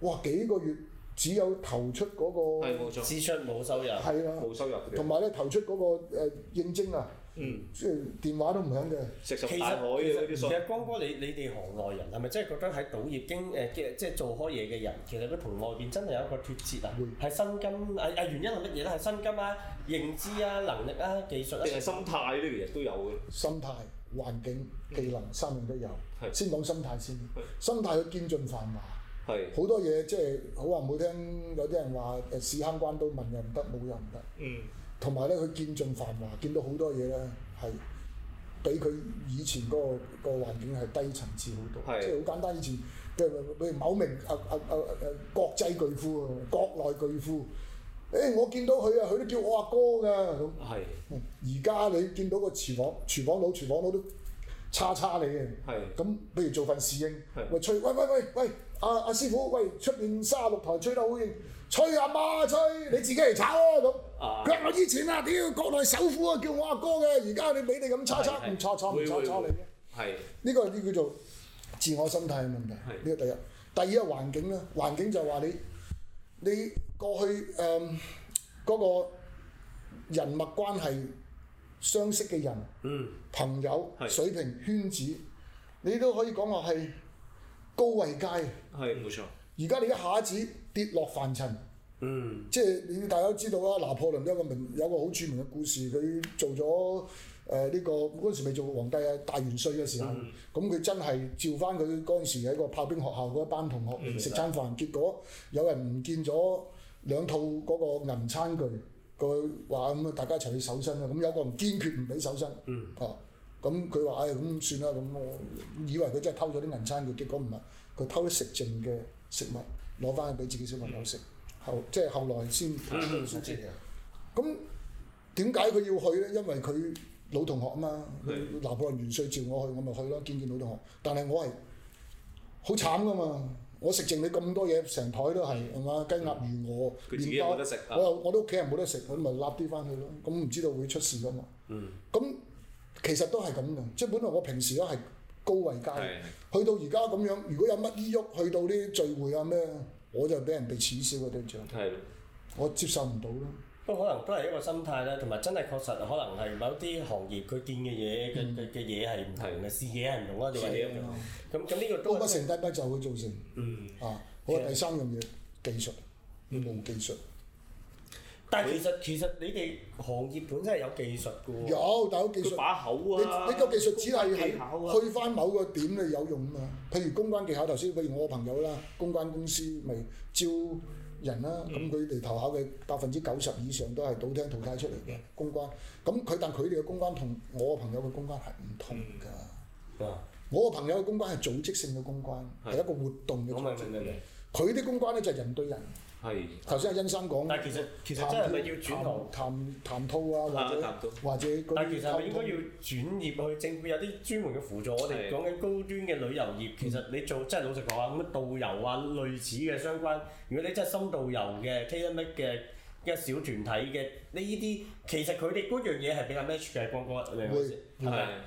Speaker 2: 哇幾個月只有投出嗰、個
Speaker 3: 係冇錯，
Speaker 1: 支出冇收入，
Speaker 2: 係啦。
Speaker 3: 冇收入
Speaker 2: 同
Speaker 3: 嘅，
Speaker 2: 埋咧投出嗰、個、呃、應徵啊，
Speaker 3: 嗯，
Speaker 2: 即係電話都唔響嘅，
Speaker 3: 石沉
Speaker 1: 其
Speaker 3: 大海嘅嗰
Speaker 1: 實
Speaker 3: 啲
Speaker 1: 其
Speaker 3: 數，
Speaker 1: 實光哥你你哋行內人係咪真係覺得喺賭業經誒嘅即係做開嘢嘅人，其實都同外邊真係有一個脱節啊？
Speaker 2: 嗯
Speaker 1: 係薪金啊啊原因係乜嘢咧？係薪金啊、認知啊、能力啊、技術啊。
Speaker 3: 定係心態呢其實都有嘅，
Speaker 2: 心態、環境、技能三樣都有。
Speaker 3: 係
Speaker 2: 先講心態先，心態佢兼進繁華，
Speaker 3: 係，
Speaker 2: 好多嘢即係好話唔好聽，有啲人話誒屎坑關刀問又唔得，冇又唔得。
Speaker 3: 嗯，
Speaker 2: 同埋咧，佢見盡繁華，見到好多嘢咧，係比佢以前嗰、個、個環境係低層次好多。
Speaker 3: 係
Speaker 2: 即係好簡單，以前譬如譬如某名啊啊啊啊國際巨富啊，國內巨富，誒、我見到佢啊，佢都叫我阿哥㗎咁。
Speaker 3: 係
Speaker 2: 而家你見到個廚房廚房佬、廚房佬都叉叉你嘅。
Speaker 3: 係
Speaker 2: 咁，譬如做份侍應
Speaker 3: 係，
Speaker 2: 喂吹，喂喂喂喂，阿阿、師傅，喂出面三十六台吹得好勁，吹阿媽吹，你自己嚟炒啊咁。
Speaker 3: 啊
Speaker 2: 佢話我以前啊，屌國內首富啊，叫我阿哥嘅，而家你俾你咁叉叉，
Speaker 3: 係係
Speaker 2: 唔叉叉唔
Speaker 3: 會
Speaker 2: 叉
Speaker 3: 會
Speaker 2: 叉你
Speaker 3: 會
Speaker 2: 嘅。
Speaker 3: 係
Speaker 2: 呢個呢叫做自我心態嘅問題。呢個第一，第二係環境啦。環境就係話你你過去誒嗰、個人脈關係、相識嘅人、
Speaker 1: 嗯、
Speaker 2: 朋友、
Speaker 3: 係
Speaker 2: 水平、圈子，你都可以講話係高位階。
Speaker 3: 係冇錯，
Speaker 2: 而家你一下子跌落凡塵。
Speaker 1: 嗯，
Speaker 2: 即係你大家都知道啦，拿破崙都有個名有個好著名嘅故事，佢做咗誒呢個嗰陣時未做皇帝啊大元帥嘅時候，咁佢、真係召翻佢嗰陣時喺個炮兵學校嗰一班同學嚟食餐飯，結果有人唔見咗兩套嗰個銀餐具，佢話咁啊大家一齊去搜身啦，咁有個人堅決唔俾搜身，啊咁佢話唉哎咁算啦，咁我以為佢真係偷咗啲銀餐具，結果唔係，佢偷咗食剩嘅食物攞翻去俾自己小朋友食。後即係後來先先知
Speaker 3: 嗯
Speaker 2: 嘅。啊咁點解佢要去咧？因為佢老同學啊嘛，佢拿破崙元帥召我去，我咪去咯，見見老同學。但係我係好慘噶嘛，我食剩你咁多嘢，成台都係係嘛雞鴨魚鵝，
Speaker 3: 嗯佢自己
Speaker 2: 麵包
Speaker 3: 有冇得食啊
Speaker 2: 我又我都屋企人冇得食，我咪揦啲翻去咯。咁唔知道會出事噶嘛。咁其實都係咁嘅，即係本來我平時都係高位階嘅。
Speaker 3: 係
Speaker 2: 去到而家咁樣，如果有乜依喐，去到啲聚會啊咩，我就俾人哋恥笑啊嘅對象，
Speaker 3: 係
Speaker 2: 我接受唔到咯。
Speaker 1: 不過可能都係一個心態啦，同埋真係確實可能係某啲行業佢見嘅嘢嘅嘅嘅嘢係唔同嘅，視野係唔同啦。你話
Speaker 3: 視野唔
Speaker 1: 咁咁呢個
Speaker 2: 高
Speaker 1: 都
Speaker 2: 不
Speaker 1: 係
Speaker 2: 成低不就會造成。嗯。啊，好啊，第三樣嘢技術，
Speaker 3: 嗯
Speaker 2: 要冇技術。
Speaker 1: 但係其實其實你哋行業本身係有技術嘅喎。
Speaker 2: 有，但係有技
Speaker 3: 嗯佢
Speaker 2: 術。
Speaker 3: 把口
Speaker 2: 你
Speaker 3: 啊，
Speaker 2: 你個技術只係
Speaker 3: 技巧啊
Speaker 2: 係去翻某個點你有用啊嘛。譬如公關技巧，頭先譬如我個朋友啦，公關公司咪招人啦，
Speaker 3: 嗯
Speaker 2: 咁佢哋投考嘅百分之九十以上都係賭廳淘汰出嚟嘅公關。咁佢但佢哋嘅公關同我個朋友嘅公關係唔同㗎。
Speaker 3: 嗯
Speaker 1: 啊
Speaker 2: 我個朋友嘅公關係組織性嘅公關，係一個活動嘅
Speaker 1: 我
Speaker 2: 組
Speaker 1: 明
Speaker 2: 織。
Speaker 1: 明明明。
Speaker 2: 佢啲公關咧就係人對人。
Speaker 3: 係
Speaker 2: 頭先阿欣生講，
Speaker 1: 但係其實其實
Speaker 2: 談
Speaker 1: 真係咪
Speaker 2: 判
Speaker 1: 要轉行？
Speaker 2: 談談吐啊，或
Speaker 3: 啊談
Speaker 2: 者
Speaker 3: 吐
Speaker 2: 或者嗰啲
Speaker 1: 但係其實係咪應該
Speaker 2: 溝通
Speaker 1: 要轉業去政府有啲專門嘅輔助？我哋
Speaker 3: 係
Speaker 1: 講緊高端嘅旅遊業，
Speaker 2: 嗯
Speaker 1: 其實你做真係老實講啊，咁樣導遊啊類似嘅相關，如果你真係深導遊嘅 KMX 嘅嘅小團體嘅呢啲，其實佢哋嗰樣嘢係比較 match 嘅，光哥你明唔明先？係咪？
Speaker 3: 係
Speaker 2: 嗯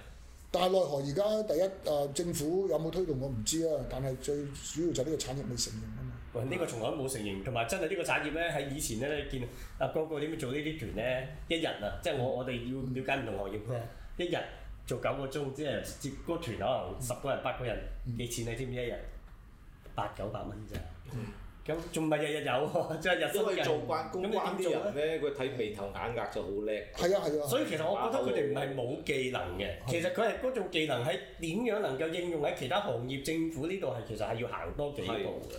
Speaker 2: 但係奈何而家第一誒、呃政府有冇推動我唔知啊，但係最主要就係呢個產業未承認啊嘛。
Speaker 1: 喂，呢個從來都冇承認，同埋真係呢個產業咧，喺以前咧，你見啊個個點樣做呢啲團咧，一日啊，即係我我哋要了解唔同行業咧，一日做九個鐘，即係接嗰個團可能十個人八個人，幾錢你知唔知一日？八九百蚊咋？咁咁仲唔係日日有喎， 即係日新
Speaker 3: 因為
Speaker 1: 嘅。
Speaker 3: 做慣公
Speaker 1: 咁
Speaker 3: 關
Speaker 1: 你點
Speaker 3: 啲
Speaker 1: 做
Speaker 3: 人
Speaker 1: 咧？
Speaker 3: 咧，佢睇眉頭眼額就好叻。
Speaker 2: 係啊係啊，
Speaker 1: 所以其實我覺得佢哋唔係冇技能嘅，其實佢係嗰種技能喺點樣能夠應用喺其他行業，政府呢度係其實係要行多幾步嘅。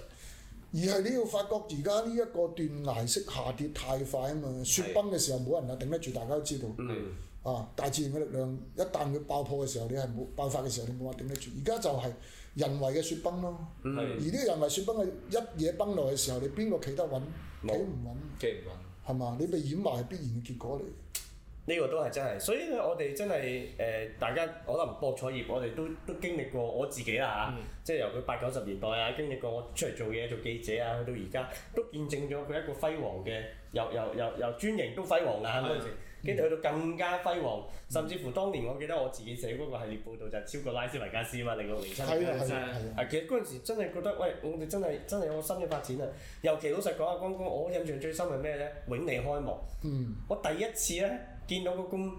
Speaker 2: 而係你要發覺而家呢一個斷崖式下跌太快啊嘛，雪崩嘅時候冇人啊頂得住，大家都知道。
Speaker 1: 嗯，
Speaker 2: 啊！大自然嘅力量一旦佢爆破嘅時候，你係冇爆發嘅時候，你冇話頂得住。而家就係人為嘅雪崩咯。
Speaker 1: 嗯
Speaker 2: 而
Speaker 3: 係
Speaker 2: 呢個人為雪崩係一嘢崩落嘅時候，你邊個企得穩？
Speaker 1: 冇
Speaker 2: 企唔穩
Speaker 3: 企唔穩。
Speaker 2: 係嘛？你被掩埋係必然嘅結果嚟。
Speaker 1: 呢個都係真係，所以咧我哋真係誒、大家可能博彩業，我哋都都經歷過我自己啦嚇，即係由佢八九十年代啊，經歷過我出嚟做嘢做記者啊，去到而家都見證咗佢一個輝煌嘅，由由由由專營都輝煌啊嗰
Speaker 3: 嗯
Speaker 1: 陣時。跟住去到更加輝煌，甚至乎當年我記得我自己寫嗰個系列報導就係超過拉斯維加斯嘛，零六零七
Speaker 2: 係
Speaker 1: 年
Speaker 2: 啊係啊
Speaker 3: 真係
Speaker 2: 係啊！
Speaker 1: 啊，其實嗰陣時真係覺得，喂，我哋真係真係有個新嘅發展啊！尤其老實講啊，光哥，我印象最深係咩咧？永利開幕，
Speaker 2: 嗯，
Speaker 1: 我第一次咧見到個咁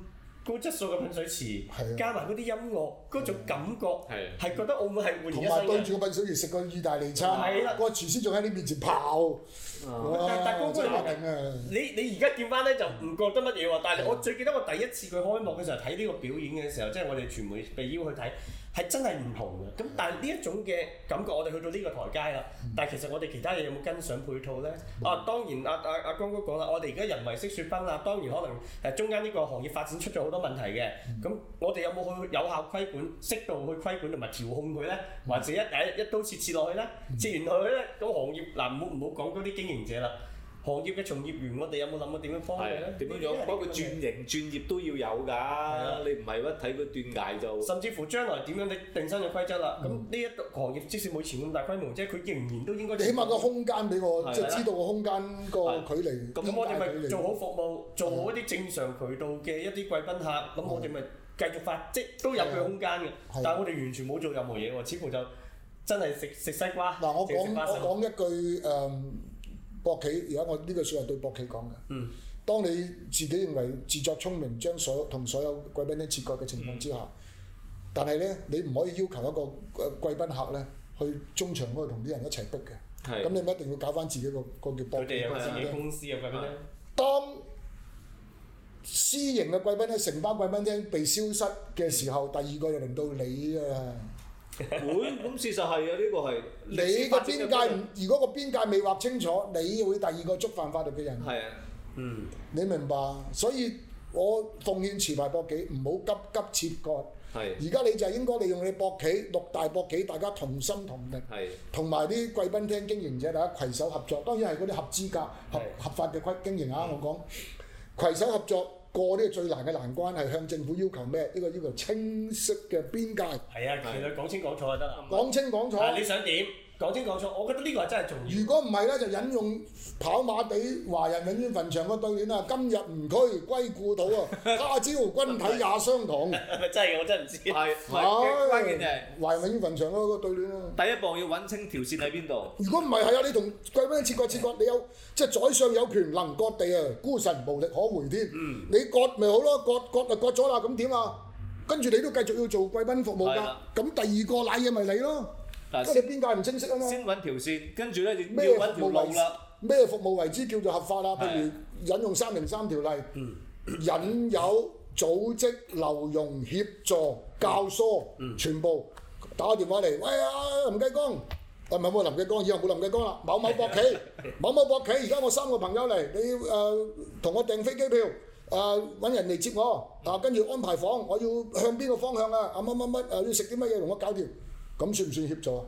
Speaker 1: 高質素嘅噴水
Speaker 2: 係
Speaker 1: 池，
Speaker 2: 啊
Speaker 1: 加埋嗰啲音樂，嗰種感覺
Speaker 3: 係啊
Speaker 1: 係覺得澳門係煥
Speaker 2: 同
Speaker 1: 然
Speaker 2: 埋
Speaker 1: 一
Speaker 2: 對
Speaker 1: 新嘅。
Speaker 2: 住個笨小魚食個意大利餐
Speaker 1: 係啦，啊
Speaker 2: 個廚師仲喺你面前刨，哇！
Speaker 1: 但但嗰個
Speaker 2: 真
Speaker 1: 人
Speaker 2: 係頂啊！
Speaker 1: 你你而家見翻咧就唔覺得乜嘢喎，但係我最記得我第一次佢開幕嘅時候睇呢個表演嘅時候，即係我哋傳媒被邀去睇，係真係唔同嘅。咁但係呢一種嘅感覺，我哋去到呢個台階啦。但係其實我哋其他嘢有冇跟上配套咧？啊，當然阿阿阿江哥講啦，我哋而家人為式雪崩啦，當然可能誒中間呢個行業發展出咗好多問題嘅。咁我哋有冇去有效規管、適度去規管同埋調控佢咧？還是一一一刀切切落去咧？切完落去咧，咁行業嗱唔好唔好講嗰啲經營者啦。行業嘅從業員，我哋有冇諗過點樣幫佢
Speaker 3: 係
Speaker 1: 咧
Speaker 3: 啊？點樣樣？包括轉型轉業都要有
Speaker 1: 啊
Speaker 3: 㗎。你唔係一睇佢斷崖就
Speaker 1: 甚至乎將來點樣你定新嘅規則啦。
Speaker 3: 嗯
Speaker 1: 咁呢一個行業即使冇以前咁大規模，即係佢仍然都應該。
Speaker 2: 你起碼個空間俾我，
Speaker 3: 係
Speaker 2: 即係知道個空間個距離。
Speaker 1: 咁我哋
Speaker 2: 咁大距
Speaker 1: 咪
Speaker 2: 離
Speaker 1: 做好服務，做好一啲正常渠道嘅一啲貴賓客，咁我哋咪繼續發，即都有佢空間嘅
Speaker 2: 嗯係啊。嗯
Speaker 1: 但係我哋完全冇做任何嘢喎，似乎就真係食食西瓜。
Speaker 2: 嗱，我
Speaker 1: 淨係
Speaker 2: 講
Speaker 1: 食花生
Speaker 2: 我講一句誒、博企，而家我呢句説話對博企講嘅。
Speaker 1: 嗯。
Speaker 2: 當你自己認為自作聰明，將所有同所有貴賓廳切割嘅情況之下，
Speaker 1: 嗯
Speaker 2: 但係咧，你唔可以要求一個誒貴賓客咧去中場嗰度同啲人一齊逼嘅。咁
Speaker 3: 係
Speaker 2: 你咪一定要搞翻自己個個叫博
Speaker 1: 佢
Speaker 2: 企
Speaker 1: 哋有
Speaker 2: 嗰個
Speaker 1: 自己
Speaker 2: 先得
Speaker 1: 公司啊嘅貴賓咧。
Speaker 2: 當私營嘅貴賓廳、成班貴賓廳被消失嘅時候，第二個就輪到你啊！
Speaker 3: 會咁事實係啊，呢個係
Speaker 2: 你個邊界唔，如果個邊界未劃清楚，你會第二個觸犯法律嘅人，
Speaker 3: 係啊，
Speaker 1: 嗯，
Speaker 2: 你明白？所以我奉勸持牌博企唔好急急切割。
Speaker 3: 係
Speaker 2: 而家你就應該利用你博企六大博企，大家同心同力，
Speaker 3: 係
Speaker 2: 同埋啲貴賓廳經營者大家攜手合作。當然係嗰啲合資格、合
Speaker 1: 係嗯
Speaker 2: 合法嘅規經營啊！我講攜手合作過呢個最難嘅難關，係向政府要求咩？呢個要求清晰嘅邊界，
Speaker 1: 係啊，其實講清講楚就得啦。
Speaker 2: 講清講楚。
Speaker 1: 啊，你想點？講清講楚，我覺得呢個係真係重 要。
Speaker 2: 如果唔係咧，就引用跑馬地華人永遠墳場個對聯啊！今日吾軀歸故土 啊，他朝君體也相同。
Speaker 1: 係咪真係我真係唔知。
Speaker 3: 係，唔係關
Speaker 2: 係
Speaker 3: 鍵就係。
Speaker 2: 華人永遠墳場嗰個對聯啊！
Speaker 3: 第一步要揾清條線喺邊度。
Speaker 2: 如果唔係係啊，你同貴賓切割切割，你有即係宰相有權能割地啊，孤臣無力可回天。
Speaker 3: 嗯
Speaker 2: 你割咪好咯，割割就割咗啦，咁點啊？跟住你都繼續要做貴賓服務
Speaker 3: 係
Speaker 2: 㗎
Speaker 3: 啦，
Speaker 2: 咁第二個賴嘢咪你咯，
Speaker 3: 嗱，
Speaker 2: 因為
Speaker 3: 先
Speaker 2: 你邊界唔清晰啊嘛。
Speaker 3: 先揾條線，跟住咧就
Speaker 2: 咩
Speaker 3: 要揾
Speaker 2: 服
Speaker 3: 條
Speaker 2: 務為
Speaker 3: 路啦。啊
Speaker 2: 咩服務為之叫做合法啦？譬如引用三零三條例，
Speaker 3: 嗯
Speaker 2: 引誘、組織、留用、協助、教唆，
Speaker 3: 嗯
Speaker 2: 全部打個電話嚟，喂啊林繼光，啊唔係冇林繼光，以後冇林繼光啦，某某博企， 某某博企，而家我三個朋友嚟，你誒同我訂飛機票。誒揾人嚟接我，啊跟住安排房，我要向邊個方向啊？啊乜乜乜誒要食啲乜嘢同我搞掂，咁算唔算協助啊？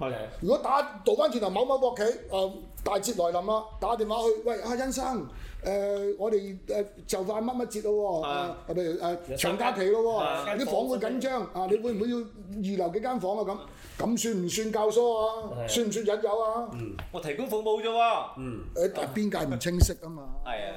Speaker 1: 係。
Speaker 2: 如果打倒翻轉頭某某博企，誒、大節來臨啦，打電話去，喂，阿欣生，誒、呃我哋誒、就快乜乜節咯喎，
Speaker 3: 啊
Speaker 2: 誒譬如誒
Speaker 1: 有三
Speaker 2: 長
Speaker 1: 間
Speaker 2: 假期咯
Speaker 1: 啊
Speaker 2: 喎，啲
Speaker 1: 間
Speaker 2: 房
Speaker 1: 房
Speaker 2: 會緊張，啊，你會唔會要預留幾間房啊？咁咁算唔算教唆啊？
Speaker 1: 係
Speaker 2: 算唔算引誘啊？
Speaker 3: 我提供服務啫喎。
Speaker 1: 嗯。
Speaker 2: 誒，但係邊界唔清晰啊嘛，
Speaker 3: 係啊，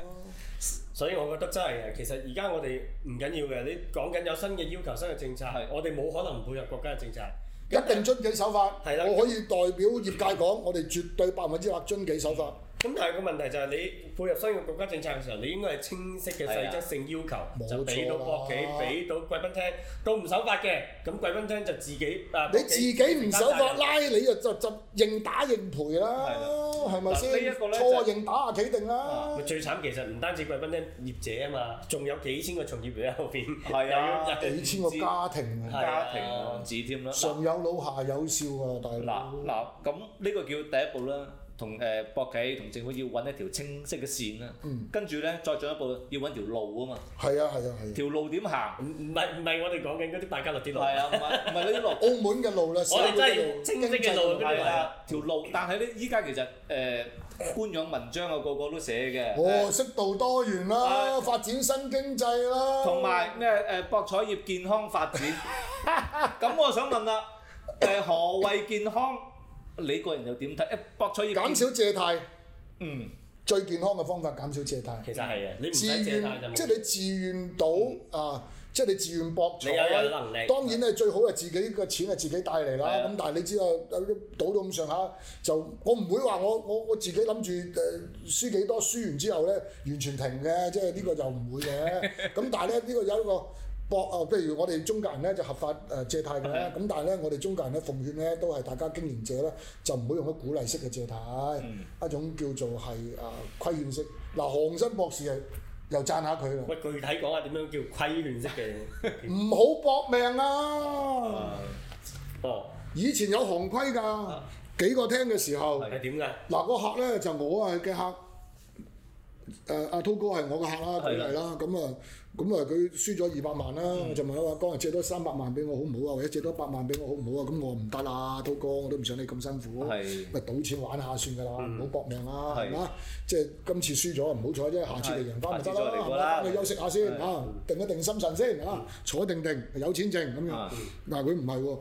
Speaker 1: 所以我覺得真係嘅，其實而家我哋唔緊要嘅，你講緊有新嘅要求、新嘅政策
Speaker 3: 係，
Speaker 1: 我哋冇可能唔配合國家嘅政策。
Speaker 2: 一定遵紀守法，
Speaker 1: 係啦
Speaker 2: 我可以代表業界講，我哋絕對百分之百遵紀守法，
Speaker 1: 咁但係個問題就係你配合新嘅國家政策嘅時候，你應該係清晰嘅細則性要求，
Speaker 2: 冇
Speaker 1: 就俾到
Speaker 2: 錯啦
Speaker 1: 博企，俾到貴賓廳，到唔守法嘅，咁貴賓廳就自己啊，
Speaker 2: 你
Speaker 1: 博企
Speaker 2: 自己唔守法拉，你就就就認打認賠啦
Speaker 3: 係啦，
Speaker 2: 係咪先
Speaker 3: 嗱呢一個？呢
Speaker 2: 錯
Speaker 3: 就
Speaker 2: 認打下企定啦
Speaker 1: 咪。最慘其實唔單止貴賓廳業者啊嘛，仲有幾千個從業員喺後邊，
Speaker 3: 係啊
Speaker 1: 又要
Speaker 2: 幾千個家庭啊，
Speaker 3: 家庭案子添啦。
Speaker 2: 上有老下有少啊，大佬。
Speaker 3: 嗱嗱，咁呢個叫第一步啦，同誒博企同政府要揾一條清晰嘅線啦。跟住咧，再進一步要揾條路啊嘛，
Speaker 2: 係啊係啊係啊。
Speaker 3: 條路點行？
Speaker 1: 唔唔係唔係我哋講緊嗰啲大家樂啲路，
Speaker 3: 係啊，唔係唔係 呢啲路。
Speaker 2: 澳門嘅路啦，
Speaker 1: 我哋真係要
Speaker 2: 社會
Speaker 1: 清晰嘅路
Speaker 2: 經濟
Speaker 3: 係啊，條路，但係咧，依家其實誒、ờ, 官樣文章啊，個個都寫嘅。
Speaker 2: 哦，適度多元啦，
Speaker 3: 啊
Speaker 2: 發展新經濟啦，
Speaker 3: 同埋咩誒博彩業健康發展。咁我想問啦，誒、何謂健康？你個人又點睇？誒博彩業健
Speaker 2: 減少借貸，
Speaker 3: 嗯
Speaker 2: 最健康嘅方法減少借貸。
Speaker 1: 其實係啊，你唔
Speaker 2: 自
Speaker 1: 使借貸就
Speaker 2: 願即係
Speaker 1: 冇，
Speaker 2: 你自願到啊，即係你自願博彩。
Speaker 1: 你又有能力，
Speaker 2: 當然咧，最好係自己嘅錢係自己帶嚟啦。
Speaker 3: 係啊
Speaker 2: 咁但係你知道，有啲賭到咁上下，就我唔會話我我我自己諗住呃誒輸幾多，輸完之後咧完全停嘅，即係呢個就唔會嘅。咁但係咧，呢個有一個。博啊，譬如我哋中介人咧就合法誒借貸嘅，咁但係咧我哋中介人咧奉勸咧都係大家經營者咧就唔好用啲鼓勵式嘅借貸，一種叫做係啊規勸式。嗱，韓新博士係又讚下佢啦。
Speaker 1: 喂具體講下點樣叫規勸式 嘅，
Speaker 2: 唔好搏命啊！
Speaker 1: 哦
Speaker 2: 以前有行規㗎，幾個廳嘅時候，
Speaker 1: 係點㗎？
Speaker 2: 嗱個客咧就我係嘅客，誒阿滔哥係我嘅客啦，舉
Speaker 3: 係啦嗯
Speaker 2: 例啦，咁啊咁啊佢輸咗二百萬啦，我就問佢話江人借多三百萬俾我好唔好啊，或者借多百萬俾我好唔好啊？咁我話唔得啦，滔哥我都唔想你咁辛苦，
Speaker 3: 係嗯
Speaker 2: 咪賭錢玩下算㗎啦，唔好搏命啦，
Speaker 3: 係
Speaker 2: 係嘛？即係今次輸咗唔好彩啫，下次嚟贏翻咪得啦，
Speaker 3: 係下次再嚟過
Speaker 2: 係
Speaker 3: 啦嗯
Speaker 2: 嘛？翻去休息下先啊，定一定心神先啊，坐定定有錢剩咁樣
Speaker 3: 啊。
Speaker 2: 但係佢唔係喎，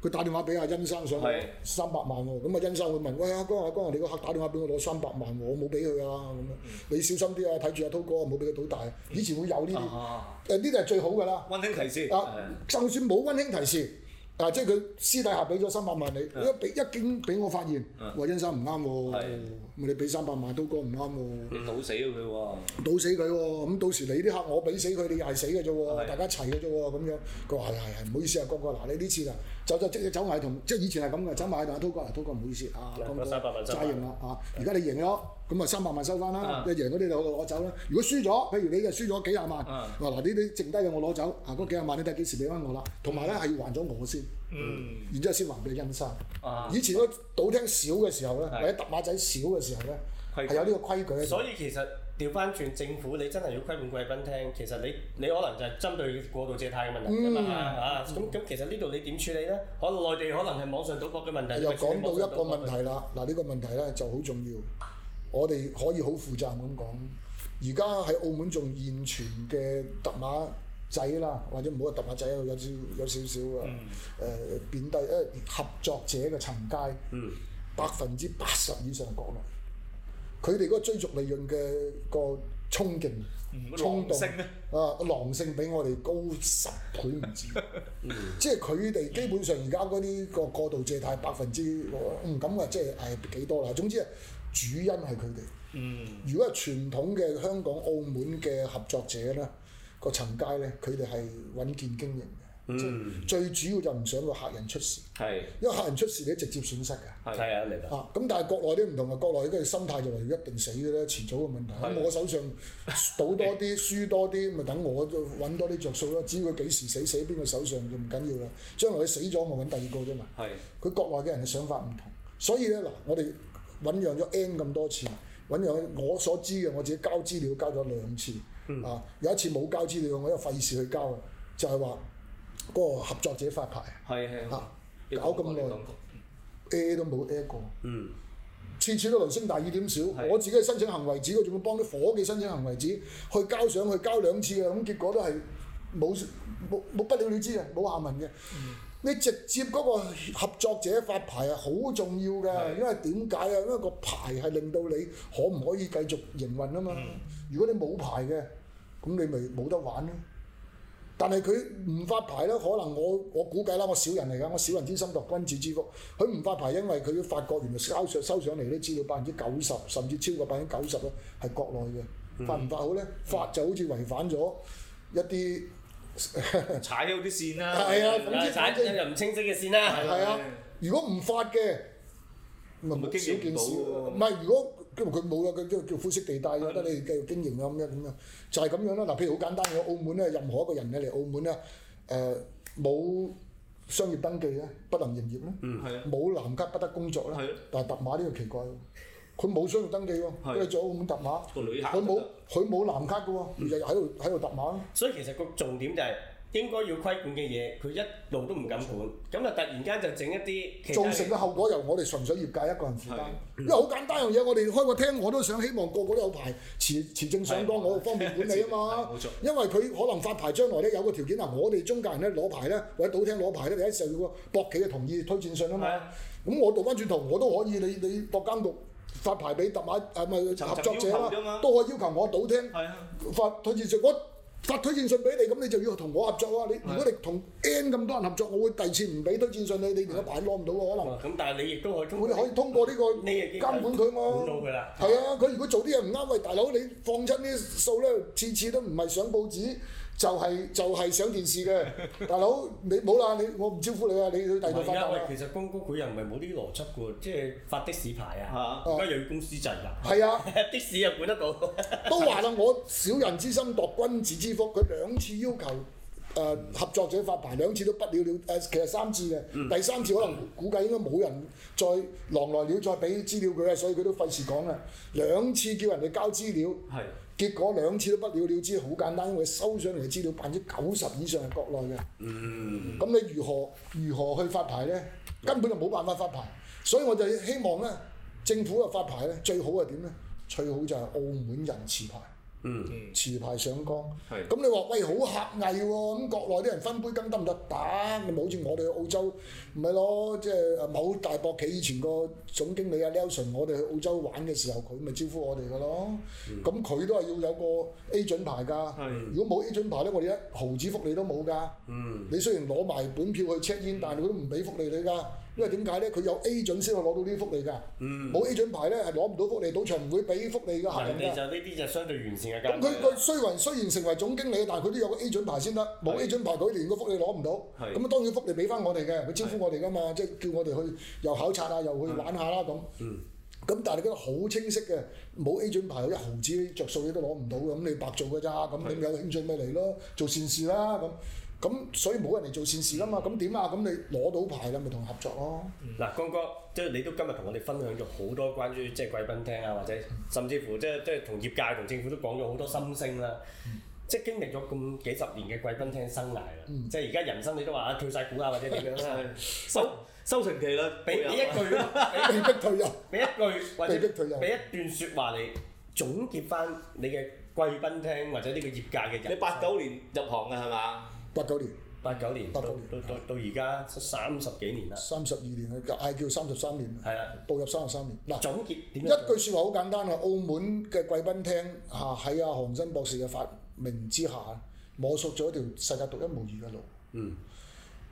Speaker 2: 佢打電話俾阿欣生想
Speaker 3: 係
Speaker 2: 三百萬喎，咁啊欣生會問：喂阿江啊江啊，你個客打電話俾我攞三百萬喎，我冇俾佢啊咁樣，你小心啲啊，睇住阿滔哥啊，唔好俾佢賭大。以前會有呢
Speaker 3: 啊，
Speaker 2: 啲，誒呢啲係最好㗎啦。
Speaker 3: 温馨提示。
Speaker 2: 啊，就算冇温馨提示，啊，即係佢私底下俾咗三百萬你，一俾一經俾我發現，喂，欣生唔啱喎
Speaker 3: 啊係，
Speaker 2: 咪你俾三百萬都哥唔啱喎，
Speaker 3: 你倒死咗佢喎。
Speaker 2: 賭死佢喎，咁到時你啲客我俾死佢，你又係死嘅啫
Speaker 3: 係
Speaker 2: 喎，大家一齊嘅啫喎，咁樣，佢話係係係，唔好意思啊，哥哥，嗱你呢次啊，走就即走埋同，即係以前係咁嘅，走埋同阿滔哥，啊滔哥唔好意思啊，
Speaker 1: 嗱嗰
Speaker 2: 江哥
Speaker 1: 300萬收
Speaker 2: 揸贏啦啊，而家你贏咗，咁啊三百萬收翻啦
Speaker 3: 啊，
Speaker 2: 你贏嗰啲就攞走啦，如果輸咗，譬如你就輸咗幾廿萬。
Speaker 3: 啊
Speaker 2: 嗱嗱，呢啲剩低嘅我攞走，啊嗰幾廿萬你睇幾時俾翻我啦？同埋咧係要還咗我先，
Speaker 3: 嗯
Speaker 2: 然之後先還俾欣生。
Speaker 3: 啊，
Speaker 2: 以前嗰賭廳少嘅時候咧，
Speaker 3: 係
Speaker 2: 或者揼馬仔少嘅時候咧，
Speaker 3: 係
Speaker 2: 係有呢個規矩喺度。
Speaker 1: 所以其實調翻轉政府，你真係要規管貴賓廳，其實你你可能就係針對過度借貸嘅問題啫嘛
Speaker 2: 嗯
Speaker 1: 啊咁咁其實呢度你點處理咧？可能內地可能係網上賭博嘅問題，
Speaker 2: 又講到一個問題啦，嗱呢個問題咧就好重要，我哋可以好負責任咁講。而家喺澳門仲現存嘅揼馬仔啦，或者唔好話揼馬仔啊，有少有少少啊誒貶低誒合作者嘅層階，百分之八十以上國內，佢哋嗰個追逐利潤嘅個衝勁、衝動
Speaker 3: 嗯狼性咧
Speaker 2: 啊，狼性比我哋高十倍唔 止。 即係佢哋基本上而家嗰啲個過度借貸百分之唔敢話即係誒幾多啦。總之主因係佢哋。
Speaker 3: 嗯，
Speaker 2: 如果係傳統嘅香港、澳門嘅合作者咧，個層階咧，佢哋係穩健經營嘅。
Speaker 1: 嗯
Speaker 2: 最主要就唔想個客人出事，
Speaker 3: 係
Speaker 2: 因為客人出事你直接損失嘅。
Speaker 1: 係啊，明白。
Speaker 2: 啊，咁但係國內啲唔同嘅，國內嘅心態就話一定死嘅咧，遲早嘅問題。 啊咁我手上賭多啲、輸多啲，咪等我揾多啲着數咯。至於佢幾時死，死邊個手上就唔緊要啦。將來佢死咗，我揾第二個啫嘛。
Speaker 3: 係
Speaker 2: 佢國內嘅人嘅想法唔同，所以咧嗱，我哋醖釀咗 N 咁多次，醖釀我所知嘅，我自己交資料交咗兩次，啊有一次冇交資料，我因為費事去交啊，就係話嗰個合作者發牌
Speaker 3: 係係。
Speaker 2: 啊，搞咁耐 A 都冇 A 過，
Speaker 1: 嗯，
Speaker 2: 次次都雷聲大雨點小，我自己申請行為紙，佢仲要幫啲伙計申請行為紙，去交上去交兩次嘅，咁結果都係冇冇冇不了了之嘅，冇下文嘅。你直接嗰個合作者發牌係好重要嘅，因為點解啊？因為個牌係令到你可唔可以繼續營運啊嘛。如果你冇牌嘅，咁你咪冇得玩咯。但係佢唔發牌咧，可能我我估計啦，我小人嚟㗎，我小人之心度君子之腹。佢唔發牌，因為佢發覺原來收上收上嚟啲資料百分之九十，甚至超過百分之九十咧係國內嘅。發唔發好咧？發就好似違反咗一啲
Speaker 3: 踩咗啲線啦，
Speaker 2: 係啊咁即係
Speaker 1: 踩
Speaker 2: 反正
Speaker 1: 又唔清晰嘅線啦。
Speaker 2: 係啊，如果唔發嘅，咪
Speaker 3: 咪
Speaker 2: 冇
Speaker 3: 經
Speaker 2: 少
Speaker 3: 營唔
Speaker 2: 件
Speaker 3: 到
Speaker 2: 事
Speaker 3: 喎
Speaker 2: 喎。唔係，如果因為佢冇啦，佢叫叫灰色地帶，有得你繼續經營啊咁樣咁樣，就係咁樣啦。嗱，譬如好簡單嘅，澳門咧，任何一個人咧嚟澳門咧，誒冇商業登記咧，不能營業咧，
Speaker 3: 係啊，
Speaker 2: 冇藍卡不得工作
Speaker 3: 係
Speaker 2: 咧
Speaker 3: 啊。
Speaker 2: 但係特馬呢個奇怪喎，佢冇商業登記喎，
Speaker 3: 係
Speaker 2: 佢係做澳門特馬，
Speaker 3: 個旅客
Speaker 2: 佢冇佢冇藍卡嘅喎，日日喺度喺度特馬咯。
Speaker 1: 所以其實個重點就係、應該要規管嘅嘢，佢一路都唔敢管，咁啊突然間就整一啲其他
Speaker 2: 造
Speaker 1: 嘅
Speaker 2: 成嘅後果由我哋純粹業界一個人負
Speaker 3: 係
Speaker 2: 擔，因為好簡單樣嘢，我哋開個廳我都想希望個個都有牌，持持證上當，我方便管理啊嘛
Speaker 3: 係冇錯。
Speaker 2: 因為佢可能發牌將來咧有個條件嗱，我哋中介人咧攞牌咧或者賭廳攞牌咧，第一時候要個博企嘅同意推薦信啊
Speaker 3: 係
Speaker 2: 嘛
Speaker 3: 啊。
Speaker 2: 咁我倒翻轉頭，我都可以，你你博監局發牌俾特馬誒咪
Speaker 3: 尋
Speaker 2: 合作者
Speaker 3: 尋要求啫嘛
Speaker 2: 啦，都可以要求我賭廳。
Speaker 3: 係啊，
Speaker 2: 發推薦信，我發推薦信俾你，咁你就要同我合作啊！你如果你同 N 咁多人合作，我會第次唔俾推薦信你，你連個牌攞唔到喎，啊可能。
Speaker 1: 哦咁但係你亦都可以通
Speaker 2: 我哋可以通過呢個
Speaker 1: 呢樣嘢
Speaker 2: 監管佢
Speaker 1: 管到
Speaker 2: 嘛。
Speaker 1: 佢啦。
Speaker 2: 係啊，佢如果做啲嘢唔啱，喂大佬，你放出啲數咧，次次都唔係上報紙，就係、就係、上電 視嘅。大佬，你冇啦，你我唔招呼你啊，你去第
Speaker 1: 而
Speaker 2: 二度發
Speaker 1: 家
Speaker 2: 達
Speaker 1: 喂
Speaker 2: 啦，。
Speaker 1: 其實公股佢又唔係冇呢啲邏輯嘅喎，即係發的士牌
Speaker 3: 嚇
Speaker 1: 啊，而家又要公司制㗎，
Speaker 2: 係啊，
Speaker 1: 的士又管得到。
Speaker 2: 都話啦，我小人之心度君子之腹，佢兩次要求。誒、合作者發牌兩次都不了了，誒、其實三次嘅，第三次可能估計應該冇人再狼來了再俾資料佢啊，所以佢都費事講啦。兩次叫人哋交資料，
Speaker 3: 係
Speaker 2: 結果兩次都不了了之，好簡單，因為收上嚟嘅資料百分之九十以上係國內嘅。
Speaker 1: 嗯，
Speaker 2: 咁你如何如何去發牌呢？根本就冇辦法發牌，所以我就希望呢，政府嘅發牌呢，最好係點呢？最好就係澳門人持牌，
Speaker 1: 嗯，
Speaker 2: 持牌上崗。
Speaker 3: 係
Speaker 2: 咁你話喂好狹隘喎，咁國內啲人分杯羹得唔得？打咪好似我哋去澳洲，唔係咯，即係呃某大博企以前個總經理啊 Nelson，我哋去澳洲玩嘅時候，佢咪招呼我哋噶咯。咁佢都係要有個 A 準牌㗎。
Speaker 3: 係
Speaker 2: 如果冇 A 準牌咧，我哋一毫子福利都冇㗎。
Speaker 1: 嗯，
Speaker 2: 你雖然攞埋本票去 check in，但係佢都唔俾福利你㗎。因為點解咧？佢有 A 準先可以攞到呢啲福利㗎。冇 A 準牌咧係攞唔到福利，賭場唔會俾福利㗎，係咁啊
Speaker 1: 人哋
Speaker 2: 㗎
Speaker 1: 就。呢啲就相對完善嘅
Speaker 2: 咁
Speaker 1: 監
Speaker 2: 佢
Speaker 1: 管
Speaker 2: 佢
Speaker 1: 啦。
Speaker 2: 雖然雖然成為總經理，但係佢都有個 A 準牌先得，冇 A 準牌佢連個福利攞唔到。
Speaker 3: 係
Speaker 2: 咁啊當然福利俾翻我哋嘅，佢招呼我哋噶嘛，即係叫我哋去又考察啊，又去玩下啦咁。咁但係你覺得好清晰嘅，冇 A 準牌一毫子着數你都攞唔到嘅，咁你白做㗎咋？咁你有興趣咪嚟咯，做善事啦咁。咁所以冇人嚟做善事啦嘛，咁點啊？咁你攞到牌啦，咪同人合作咯。
Speaker 1: 嗱，光哥，即係你都今日同我哋分享咗好多關於即係貴賓廳啊，或者
Speaker 2: 嗯
Speaker 1: 甚至乎即係即係同業界同政府都講咗好多心聲啦。即係經歷咗咁幾十年嘅貴賓廳生涯啦，
Speaker 2: 嗯
Speaker 1: 即係而家人生你都話啊跳晒股啊或者點樣 啦，
Speaker 3: 收收成期啦，
Speaker 1: 俾
Speaker 2: 啊
Speaker 1: 俾一句咯，俾
Speaker 2: 被 逼退休，
Speaker 1: 俾一句或者
Speaker 2: 被逼退休
Speaker 1: 俾一段説話你總結翻你嘅貴賓廳或者呢個業界嘅人。
Speaker 3: 你八九年入行嘅係嘛？
Speaker 2: 八九年
Speaker 1: 八九年到
Speaker 2: 八
Speaker 1: 到
Speaker 2: 九年
Speaker 1: 到到而家三十幾年啦，
Speaker 2: 三十二年嘅，嗌叫三十三年，
Speaker 1: 係啊，
Speaker 2: 步入三十三年嗱。
Speaker 1: 總結點樣
Speaker 2: 一句説話好簡單啊！澳門嘅貴賓廳嚇喺阿韓真博士嘅發明之下，摸索咗一條世界獨一無二嘅路。
Speaker 1: 嗯。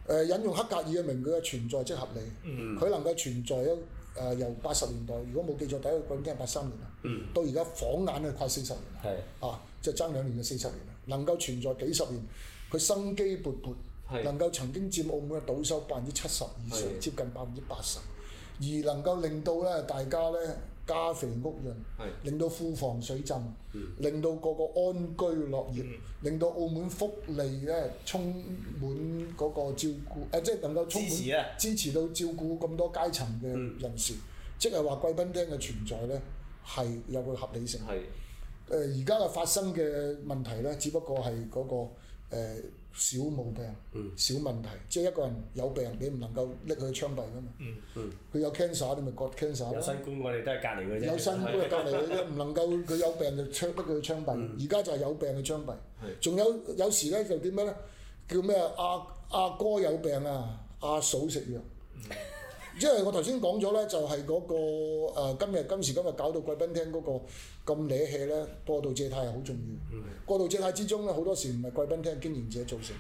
Speaker 2: 誒、引用黑格爾嘅名句嘅存在即合理，
Speaker 1: 嗯
Speaker 2: 佢、能夠存在一誒、由八十年代，如果冇記錯，第一個貴賓廳係八三年啦，到而家晃眼啊快四十年啦，
Speaker 1: 嗯係
Speaker 2: 啊，即係爭兩年嘅四十年啦，能夠存在幾十年，佢生機勃
Speaker 3: 係
Speaker 2: 勃，能夠曾經佔澳門嘅賭收百分之七十以上
Speaker 3: 係，
Speaker 2: 接近百分之八十，而能夠令到咧大家咧家肥屋潤，
Speaker 3: 係
Speaker 2: 令到庫房水浸，
Speaker 1: 嗯
Speaker 2: 令到個個安居樂業，令到澳門福利咧充滿嗰個照顧，誒、呃即係能夠充滿
Speaker 1: 支持啊嗯
Speaker 2: 支持到照顧咁多階層嘅人士，即係話貴賓廳嘅存在咧係有佢合理性。
Speaker 3: 係
Speaker 2: 誒呃而家嘅發生嘅問題咧，只不過係嗰、個、呃、小毛病、小問題，即係一個人有病，你唔能夠拎佢去槍斃噶嘛。
Speaker 3: 嗯
Speaker 1: 嗯
Speaker 2: 佢有 cancer，你咪割 cancer
Speaker 1: 有
Speaker 2: 咯。
Speaker 1: 新官，我哋都係嗯隔離嘅啫。
Speaker 2: 有新冠嘅隔離嘅啫，唔能夠佢有病就槍逼佢去槍斃。而家就係有病去槍斃，仲有有時咧就點
Speaker 1: 嗯
Speaker 2: 樣咧？叫咩啊？阿阿哥有病啊，阿嫂食藥。因為我頭先講咗咧，就係、嗰、個、呃今日今時今日搞到貴賓廳嗰個咁惹氣咧，過度借貸係好重
Speaker 1: 嗯
Speaker 2: 要。過度借貸之中咧，好多時唔係貴賓廳經營者造成，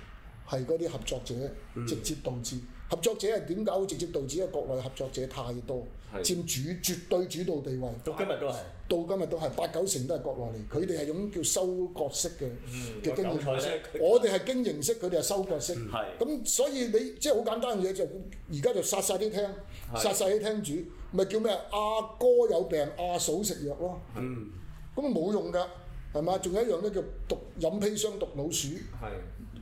Speaker 2: 係嗰啲合作者直接導致。
Speaker 1: 嗯
Speaker 2: 合作者係點解會直接導致？因為國內合作者太多，
Speaker 3: 係
Speaker 2: 佔主絕對主導地位。
Speaker 1: 到今日都係。
Speaker 2: 到今日都係八九成都係國內嚟，佢哋係種叫收割式嘅嘅經營模
Speaker 1: 嗯
Speaker 2: 式
Speaker 1: 有韭菜。
Speaker 2: 我哋係經營式，佢哋係收割式。
Speaker 1: 嗯係
Speaker 2: 咁所以你即係好簡單嘅嘢就而家就殺晒啲廳，殺晒啲廳主，咪叫咩啊阿哥有病，阿嫂食藥咯。
Speaker 1: 嗯。
Speaker 2: 咁冇用㗎，係嘛？仲有一樣咧叫毒飲砒霜毒老鼠。
Speaker 3: 係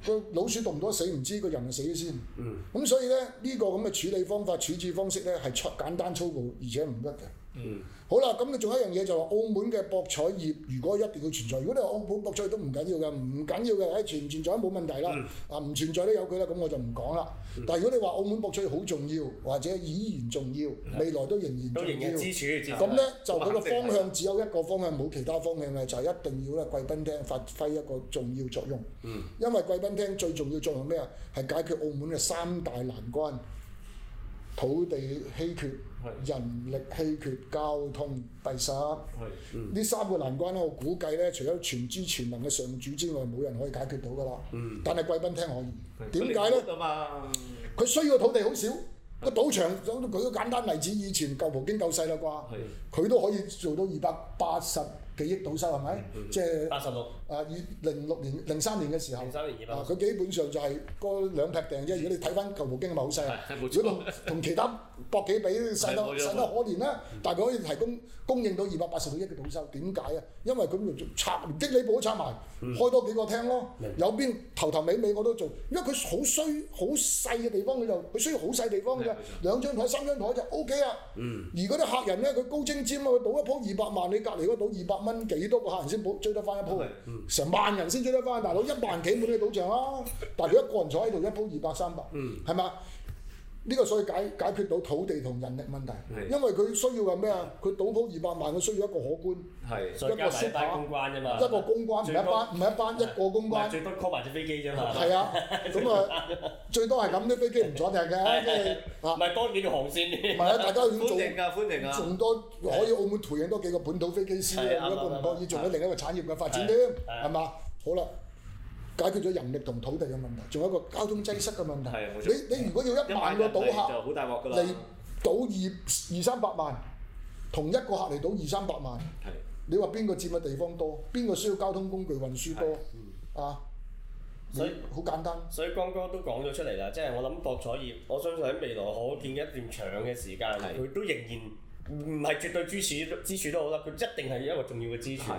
Speaker 2: 個老鼠毒唔到死唔知，個人死咗先。
Speaker 1: 嗯。
Speaker 2: 咁所以咧，呢、個咁嘅處理方法、處置方式咧，係粗簡單粗暴，而且唔得嘅。
Speaker 3: 嗯。
Speaker 2: 好啦，咁你仲有一樣嘢就話澳門嘅博彩業，如果一定要存在，如果你話澳門博彩都唔緊要嘅，唔緊要嘅，誒存唔存在都冇問題啦。啊，唔存在都有佢啦，咁我就唔講啦。但係如果你話澳門博彩好重要，或者依然重要，未來都仍然
Speaker 1: 都
Speaker 2: 重
Speaker 1: 仍
Speaker 2: 要
Speaker 1: 然。支柱支柱
Speaker 2: 咁咧就佢個
Speaker 3: 肯定係
Speaker 2: 方向只有一個方向，冇其他方向嘅，就係、一定要咧貴賓廳發揮一個重要作用。嗯、因為貴賓廳最重要作用係咩啊？係解決澳門嘅三大難關：土地稀缺、
Speaker 3: 係
Speaker 2: 人力稀缺、交通閉塞。
Speaker 3: 係
Speaker 2: 呢三個難關咧，我估計咧，除咗全知全能嘅上主之外，冇人可以解決到噶啦。嗯、但係貴賓廳可以，點解咧？
Speaker 3: 啊嘛，
Speaker 2: 佢需要嘅土地好少，個賭場舉個簡單例子，以前舊葡京夠細啦啩。
Speaker 3: 係
Speaker 2: 佢都可以做到二百八十幾億賭收係咪？即係
Speaker 1: 八十六
Speaker 2: 啊，二零六年、零三年嘅時候，
Speaker 1: 零三年二百
Speaker 2: 啊，佢基本上就係嗰兩劈訂啫。如果你睇翻舊葡京咪好細啊
Speaker 3: 嗯 係冇，
Speaker 2: 如
Speaker 3: 錯
Speaker 2: 果同同其他博企比細得
Speaker 3: 係冇錯
Speaker 2: 細得可憐啦，但係佢可以提供供應到二百八十幾億嘅賭收，點解啊？因為佢就拆連經理部都拆埋，
Speaker 3: 嗯
Speaker 2: 開多幾個廳咯，有邊頭頭尾尾我都做，因為佢好需好細嘅地方佢就佢需要好細地方
Speaker 3: 係冇
Speaker 2: 嘅
Speaker 3: 錯，嗯
Speaker 2: 兩張台三張台就 O K 啊。而嗰啲客人咧，佢高精尖啊，佢賭一鋪二百萬，你隔離嗰個賭二百蚊，幾多個客人先補追得翻一鋪
Speaker 3: 係？
Speaker 2: 成萬人先追得翻，大佬一萬幾冇呢個賭場啦。啊但係佢一個人坐喺度，一鋪二百三百，係嘛？呢個所以解解決到土地同人力問題
Speaker 3: 係，
Speaker 2: 因為佢需要係咩啊？佢賭鋪二百萬，佢需要一個可觀，
Speaker 3: 係
Speaker 1: 再加埋一班公關啫嘛，
Speaker 2: 一個公關，唔係
Speaker 1: 啊最啊
Speaker 2: 一
Speaker 1: 多
Speaker 2: 班，唔係一班，一個公
Speaker 1: 唔
Speaker 2: 關
Speaker 1: 係。最多 call 埋只飛機啫嘛，
Speaker 2: 係啊，咁啊，最多係咁啲飛機唔坐定嘅，即係啊
Speaker 1: 唔，係多幾條航線
Speaker 2: 唔
Speaker 1: 添
Speaker 2: 係啊，大家要做
Speaker 3: 歡迎啊歡迎啊，
Speaker 2: 仲多可以澳門培養多幾個本土飛機師
Speaker 1: 係
Speaker 2: 啊，一個唔覺意做咗另一個產業嘅發展添，
Speaker 1: 係
Speaker 2: 係嘛？好啦，解決咗人力同土地嘅問題，仲有一個交通擠塞嘅問題
Speaker 3: 係冇。錯
Speaker 2: 你你如果要一
Speaker 3: 一
Speaker 2: 萬
Speaker 3: 萬
Speaker 2: 個
Speaker 3: 個賭
Speaker 2: 賭
Speaker 3: 客
Speaker 2: 客
Speaker 3: 就好大鑊㗎
Speaker 2: 嚟
Speaker 3: 啦，
Speaker 2: 賭二二三百萬，同一個客嚟賭二三百萬，
Speaker 3: 係。
Speaker 2: 你話邊個佔嘅地方多？邊個需要交通工具運輸多？啊，你
Speaker 1: 所以
Speaker 2: 好簡單。
Speaker 1: 所以剛剛都講咗出嚟啦，即係我諗博彩業，我相信喺未來可見一段長嘅時間，
Speaker 3: 係
Speaker 1: 佢都仍然唔係絕對支柱支柱都好啦，佢一定係一個重要嘅支柱
Speaker 3: 係。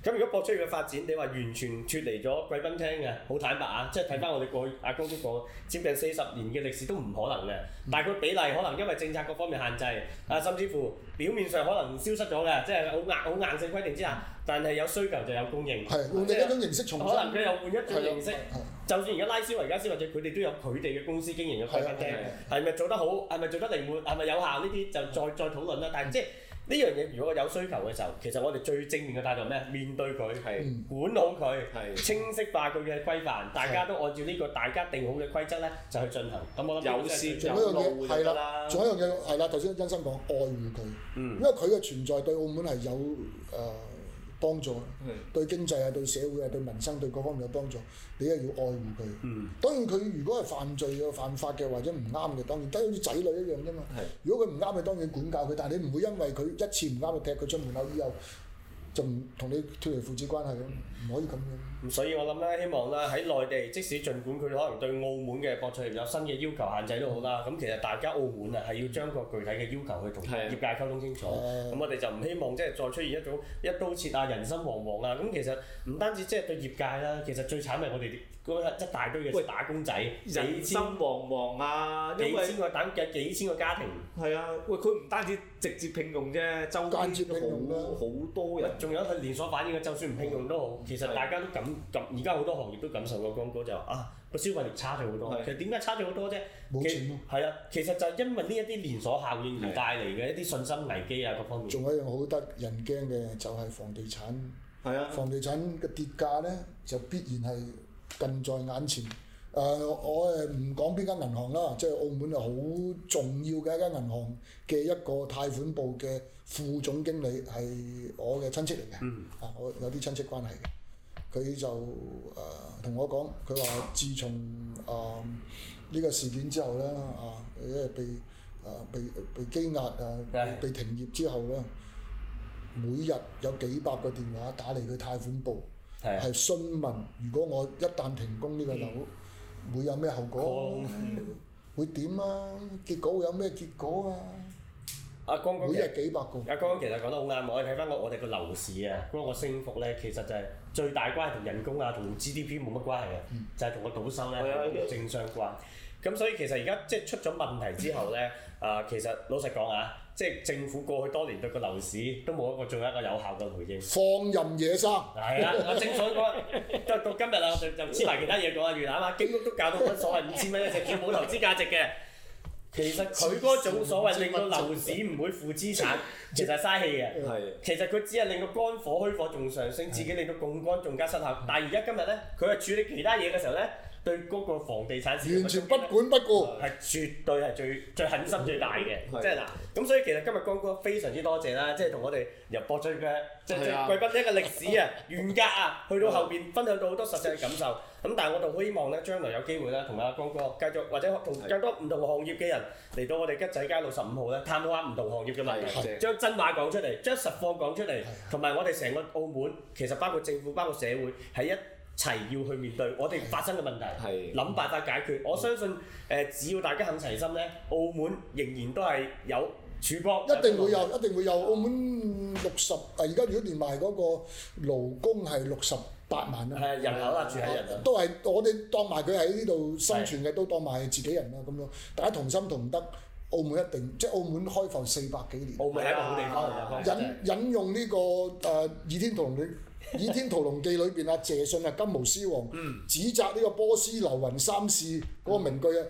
Speaker 1: 咁如果博彩業嘅發展，你話完全脱離咗貴賓廳嘅，好坦白啊，即係睇翻我哋過去阿高都講，接近四十年嘅歷史都唔可能嘅。
Speaker 3: 嗯
Speaker 1: 但係佢比例可能因為政策各方面限制，啊甚至乎表面上可能消失咗嘅，即係好硬好硬性規定之下，但係有需求就有供應。
Speaker 2: 係用另一種形式重
Speaker 1: 可能
Speaker 2: 新。
Speaker 1: 佢又換一種形式
Speaker 2: 係啊係啊，
Speaker 1: 就算而家拉斯維加斯或者佢哋都有佢哋嘅公司經營嘅貴賓
Speaker 2: 係
Speaker 1: 廳
Speaker 2: 啊，
Speaker 1: 係咪做得好，係咪做得靈活，係咪有效呢啲就再再討論啦。但係即係呢樣嘢，如果有需求嘅時候，其實我哋最正面嘅態度係咩？面對佢，
Speaker 2: 嗯
Speaker 1: 管好佢，
Speaker 3: 係
Speaker 1: 清晰化佢嘅規範，大家都按照呢個大家定好嘅規則咧就去進行。咁我諗呢個
Speaker 3: 有
Speaker 1: 真係
Speaker 3: 先
Speaker 1: 最
Speaker 2: 仲
Speaker 3: 有
Speaker 2: 有一樣
Speaker 3: 路
Speaker 2: 嘢
Speaker 3: 就
Speaker 2: 係
Speaker 3: 得
Speaker 2: 啦
Speaker 3: 啦，，
Speaker 2: 仲有一樣嘢係啦，頭先欣生講愛護佢，因為佢嘅存在對澳門係有誒、呃、幫助，對經濟啊、對社會啊、對民生對各方面有幫助，你係要愛護佢。
Speaker 1: 嗯、
Speaker 2: 當然佢如果係犯罪嘅、犯法嘅或者唔啱嘅，當然都好似仔女一樣啫嘛。
Speaker 3: 係
Speaker 2: 如果佢唔啱，你當然管教佢，但係你唔會因為佢一次唔啱就踢佢出門口以後，就唔同你脱離父子關係咯，唔可以咁樣。
Speaker 1: 咁所以我諗咧，希望啦喺內地，即使儘管佢可能對澳門嘅博彩業有新嘅要求限制都好啦，咁其實大家澳門啊係要將個具體嘅要求去同
Speaker 3: 係啊
Speaker 1: 業界溝通清楚。
Speaker 2: 哦
Speaker 1: 咁我哋就唔希望即係再出現一種一刀切啊、人心惶惶啊。咁其實唔單止即係對業界啦，其實最慘係我哋嗰一大堆
Speaker 3: 喂
Speaker 1: 嘅打工仔，幾
Speaker 3: 人心
Speaker 1: 千
Speaker 3: 惶惶啊，因
Speaker 1: 幾
Speaker 3: 為
Speaker 1: 千個打工仔，幾千個家庭，
Speaker 3: 係啊，喂，佢唔單止直接聘用啫，周
Speaker 2: 間接聘用
Speaker 3: 邊
Speaker 2: 啦
Speaker 3: 好好多人，
Speaker 1: 仲有佢連鎖反應嘅，啊就算唔聘用都
Speaker 2: 嗯
Speaker 1: 好，其實大家都感感，而家好多行業都感受過光哥就話啊個消費力差咗好多。
Speaker 3: 係
Speaker 1: 其實點解差咗好多啫？
Speaker 2: 冇
Speaker 1: 其
Speaker 2: 錢咯
Speaker 1: 係啊，其實就係因為呢一啲連鎖效應而帶嚟嘅一啲信心危機啊，各方面。
Speaker 2: 仲有一樣好得人驚嘅就係房地產。
Speaker 3: 係啊，
Speaker 2: 房地產嘅跌價咧，就必然係近在眼前。誒、誒、我誒唔講邊間銀行啦，即係澳門係好重要嘅一間銀行嘅一個貸款部嘅副總經理係我嘅親戚嚟嘅，啊，我有啲親戚關係嘅。佢就誒呃同、我講，佢話自從誒呢、個事件之後咧，啊，因為被誒、呃被被羈押啊，
Speaker 1: 係
Speaker 2: 被停業之後咧，每日有幾百個電話打嚟佢貸款部。
Speaker 1: 係嗯啊
Speaker 2: 係詢問，如果我一旦停工呢個樓，會有咩後果？會點啊？結果會有咩結果啊？
Speaker 1: 阿光哥
Speaker 2: 每
Speaker 1: 其實
Speaker 2: 日幾百個，
Speaker 1: 阿剛剛其實講得好啱，我哋睇翻個我哋個樓市啊，嗰、個升幅咧，其實就係最大關係同人工啊，同 GDP 冇乜關係嘅，就係同個賭收咧
Speaker 3: 嗯係啊
Speaker 1: 係正相關。咁所以其實而家即係出咗問題之後咧，啊、其實老實講啊，即係政府過去多年對個樓市都冇一個做一個有效嘅回應。
Speaker 2: 放任野生。
Speaker 1: 係啦，我正想講，到到今日啊啦，我就就黐埋其他嘢講啊，魚腩啊，經屋都教到乜所謂五千蚊一隻叫冇投資價值嘅。其實佢嗰種所謂令到樓市唔會負資 產，其實係嘥氣嘅。
Speaker 3: 係
Speaker 1: 其實佢只係令到肝火虛火仲上升，自己令到槓桿仲加失效。但係而家今日咧，佢係處理其他嘢嘅時候咧，對嗰個房地產市場
Speaker 2: 完全不管不顧。
Speaker 1: 係絕對係最最狠心最大嘅，
Speaker 3: 係
Speaker 1: 即係嗱，咁所以其實今日光哥非常之多謝啦，即係同我哋由博咗嘅即係即
Speaker 3: 係
Speaker 1: 係
Speaker 3: 啊
Speaker 1: 貴賓一個歷史啊、原格啊，去到後邊分享到好多實際嘅感受。咁但係我就希望咧，將來有機會咧，同阿光哥繼續或者同
Speaker 3: 係
Speaker 1: 更多唔同行業嘅人嚟到我哋吉仔街路十五號咧，探討下唔同行業嘅問題。
Speaker 3: 係
Speaker 1: 將真話講出嚟，將實況講出嚟，同埋我哋成個澳門，其實包括政府、包括社會，係一齊要去面對我哋發生嘅問題，
Speaker 3: 係
Speaker 1: 諗辦法解決。我相信誒、呃只要大家肯齊心咧，澳門仍然都係有曙光，
Speaker 2: 一定會有，一定會有。澳門六十啊，而家如果連埋嗰個勞工係六十八萬啊，
Speaker 1: 係人口啦，住喺人啊口。
Speaker 2: 都係我哋當埋佢喺呢度生存嘅，都當埋係自己人啦啊咁樣。大家同心同德，澳門一定即係澳門開埠四百幾年。
Speaker 1: 澳門係一個好地方嚟
Speaker 2: 引
Speaker 1: 嘅，
Speaker 2: 引用呢、個誒《倚天屠龍記》 《倚天屠龍記》裏邊啊，謝遜啊，金毛獅王
Speaker 1: 嗯
Speaker 2: 指責呢個波斯流雲三世嗰個名句啊。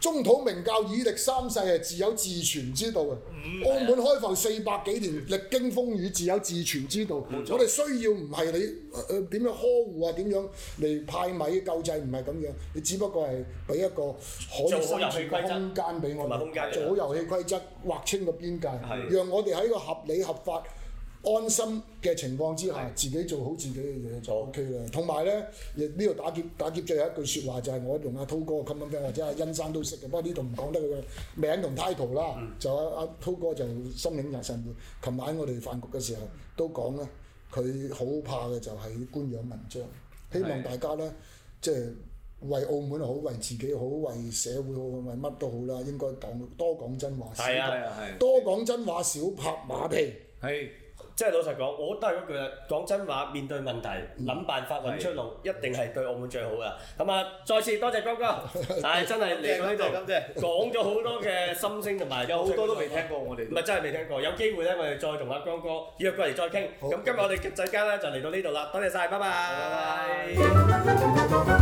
Speaker 2: 中土明教以歷三世係自有自存之道啊！
Speaker 1: 嗯
Speaker 2: 澳門開埠四百幾年，歷經風雨，自有自存之道。我哋需要唔係你誒點、樣呵護啊，點樣嚟派米救濟，唔係咁樣。你只不過係俾一個可以
Speaker 1: 做
Speaker 2: 生
Speaker 1: 好
Speaker 2: 存
Speaker 1: 遊戲規
Speaker 2: 嘅
Speaker 1: 則
Speaker 2: 空間俾我
Speaker 1: 同埋空間
Speaker 2: 哋，做好遊戲規則，劃清個邊界，
Speaker 3: 係
Speaker 2: 讓我哋喺個合理合法、安心嘅情況之下，自己做好自己嘅嘢就 OK 啦。同埋咧，亦呢度打劫打劫最後一句説話就係我同阿滔哥嘅 common friend 或者阿欣生都識嘅，不過呢度唔講得佢嘅名同 title 啦。
Speaker 3: 嗯
Speaker 2: 就阿阿滔哥就心領人神會。琴晚我哋飯局嘅時候都講啦，佢好怕嘅就係官樣文章，希望
Speaker 3: 係
Speaker 2: 大家咧即係。為澳門好，為自己好，為社會好，為乜都好啦，應該講多講真話，
Speaker 1: 係啊
Speaker 3: 係啊係
Speaker 2: 多講真話，少拍馬屁。
Speaker 3: 係
Speaker 1: 即係老實講，我都係嗰句啦。講真話，面對問題，諗辦法揾出路，一定係對澳門最好噶。咁啊，再次多謝光哥，係真係嚟到呢度。
Speaker 3: 咁啫，
Speaker 1: 講咗好多嘅心聲同埋
Speaker 3: 有好多都未聽過我哋
Speaker 1: 唔。係真係未聽過，有機會咧，我哋再同阿江哥約過嚟再傾。
Speaker 2: 好
Speaker 1: 咁今日我哋吉仔間咧就嚟到呢度啦，多謝晒，拜拜。
Speaker 3: 拜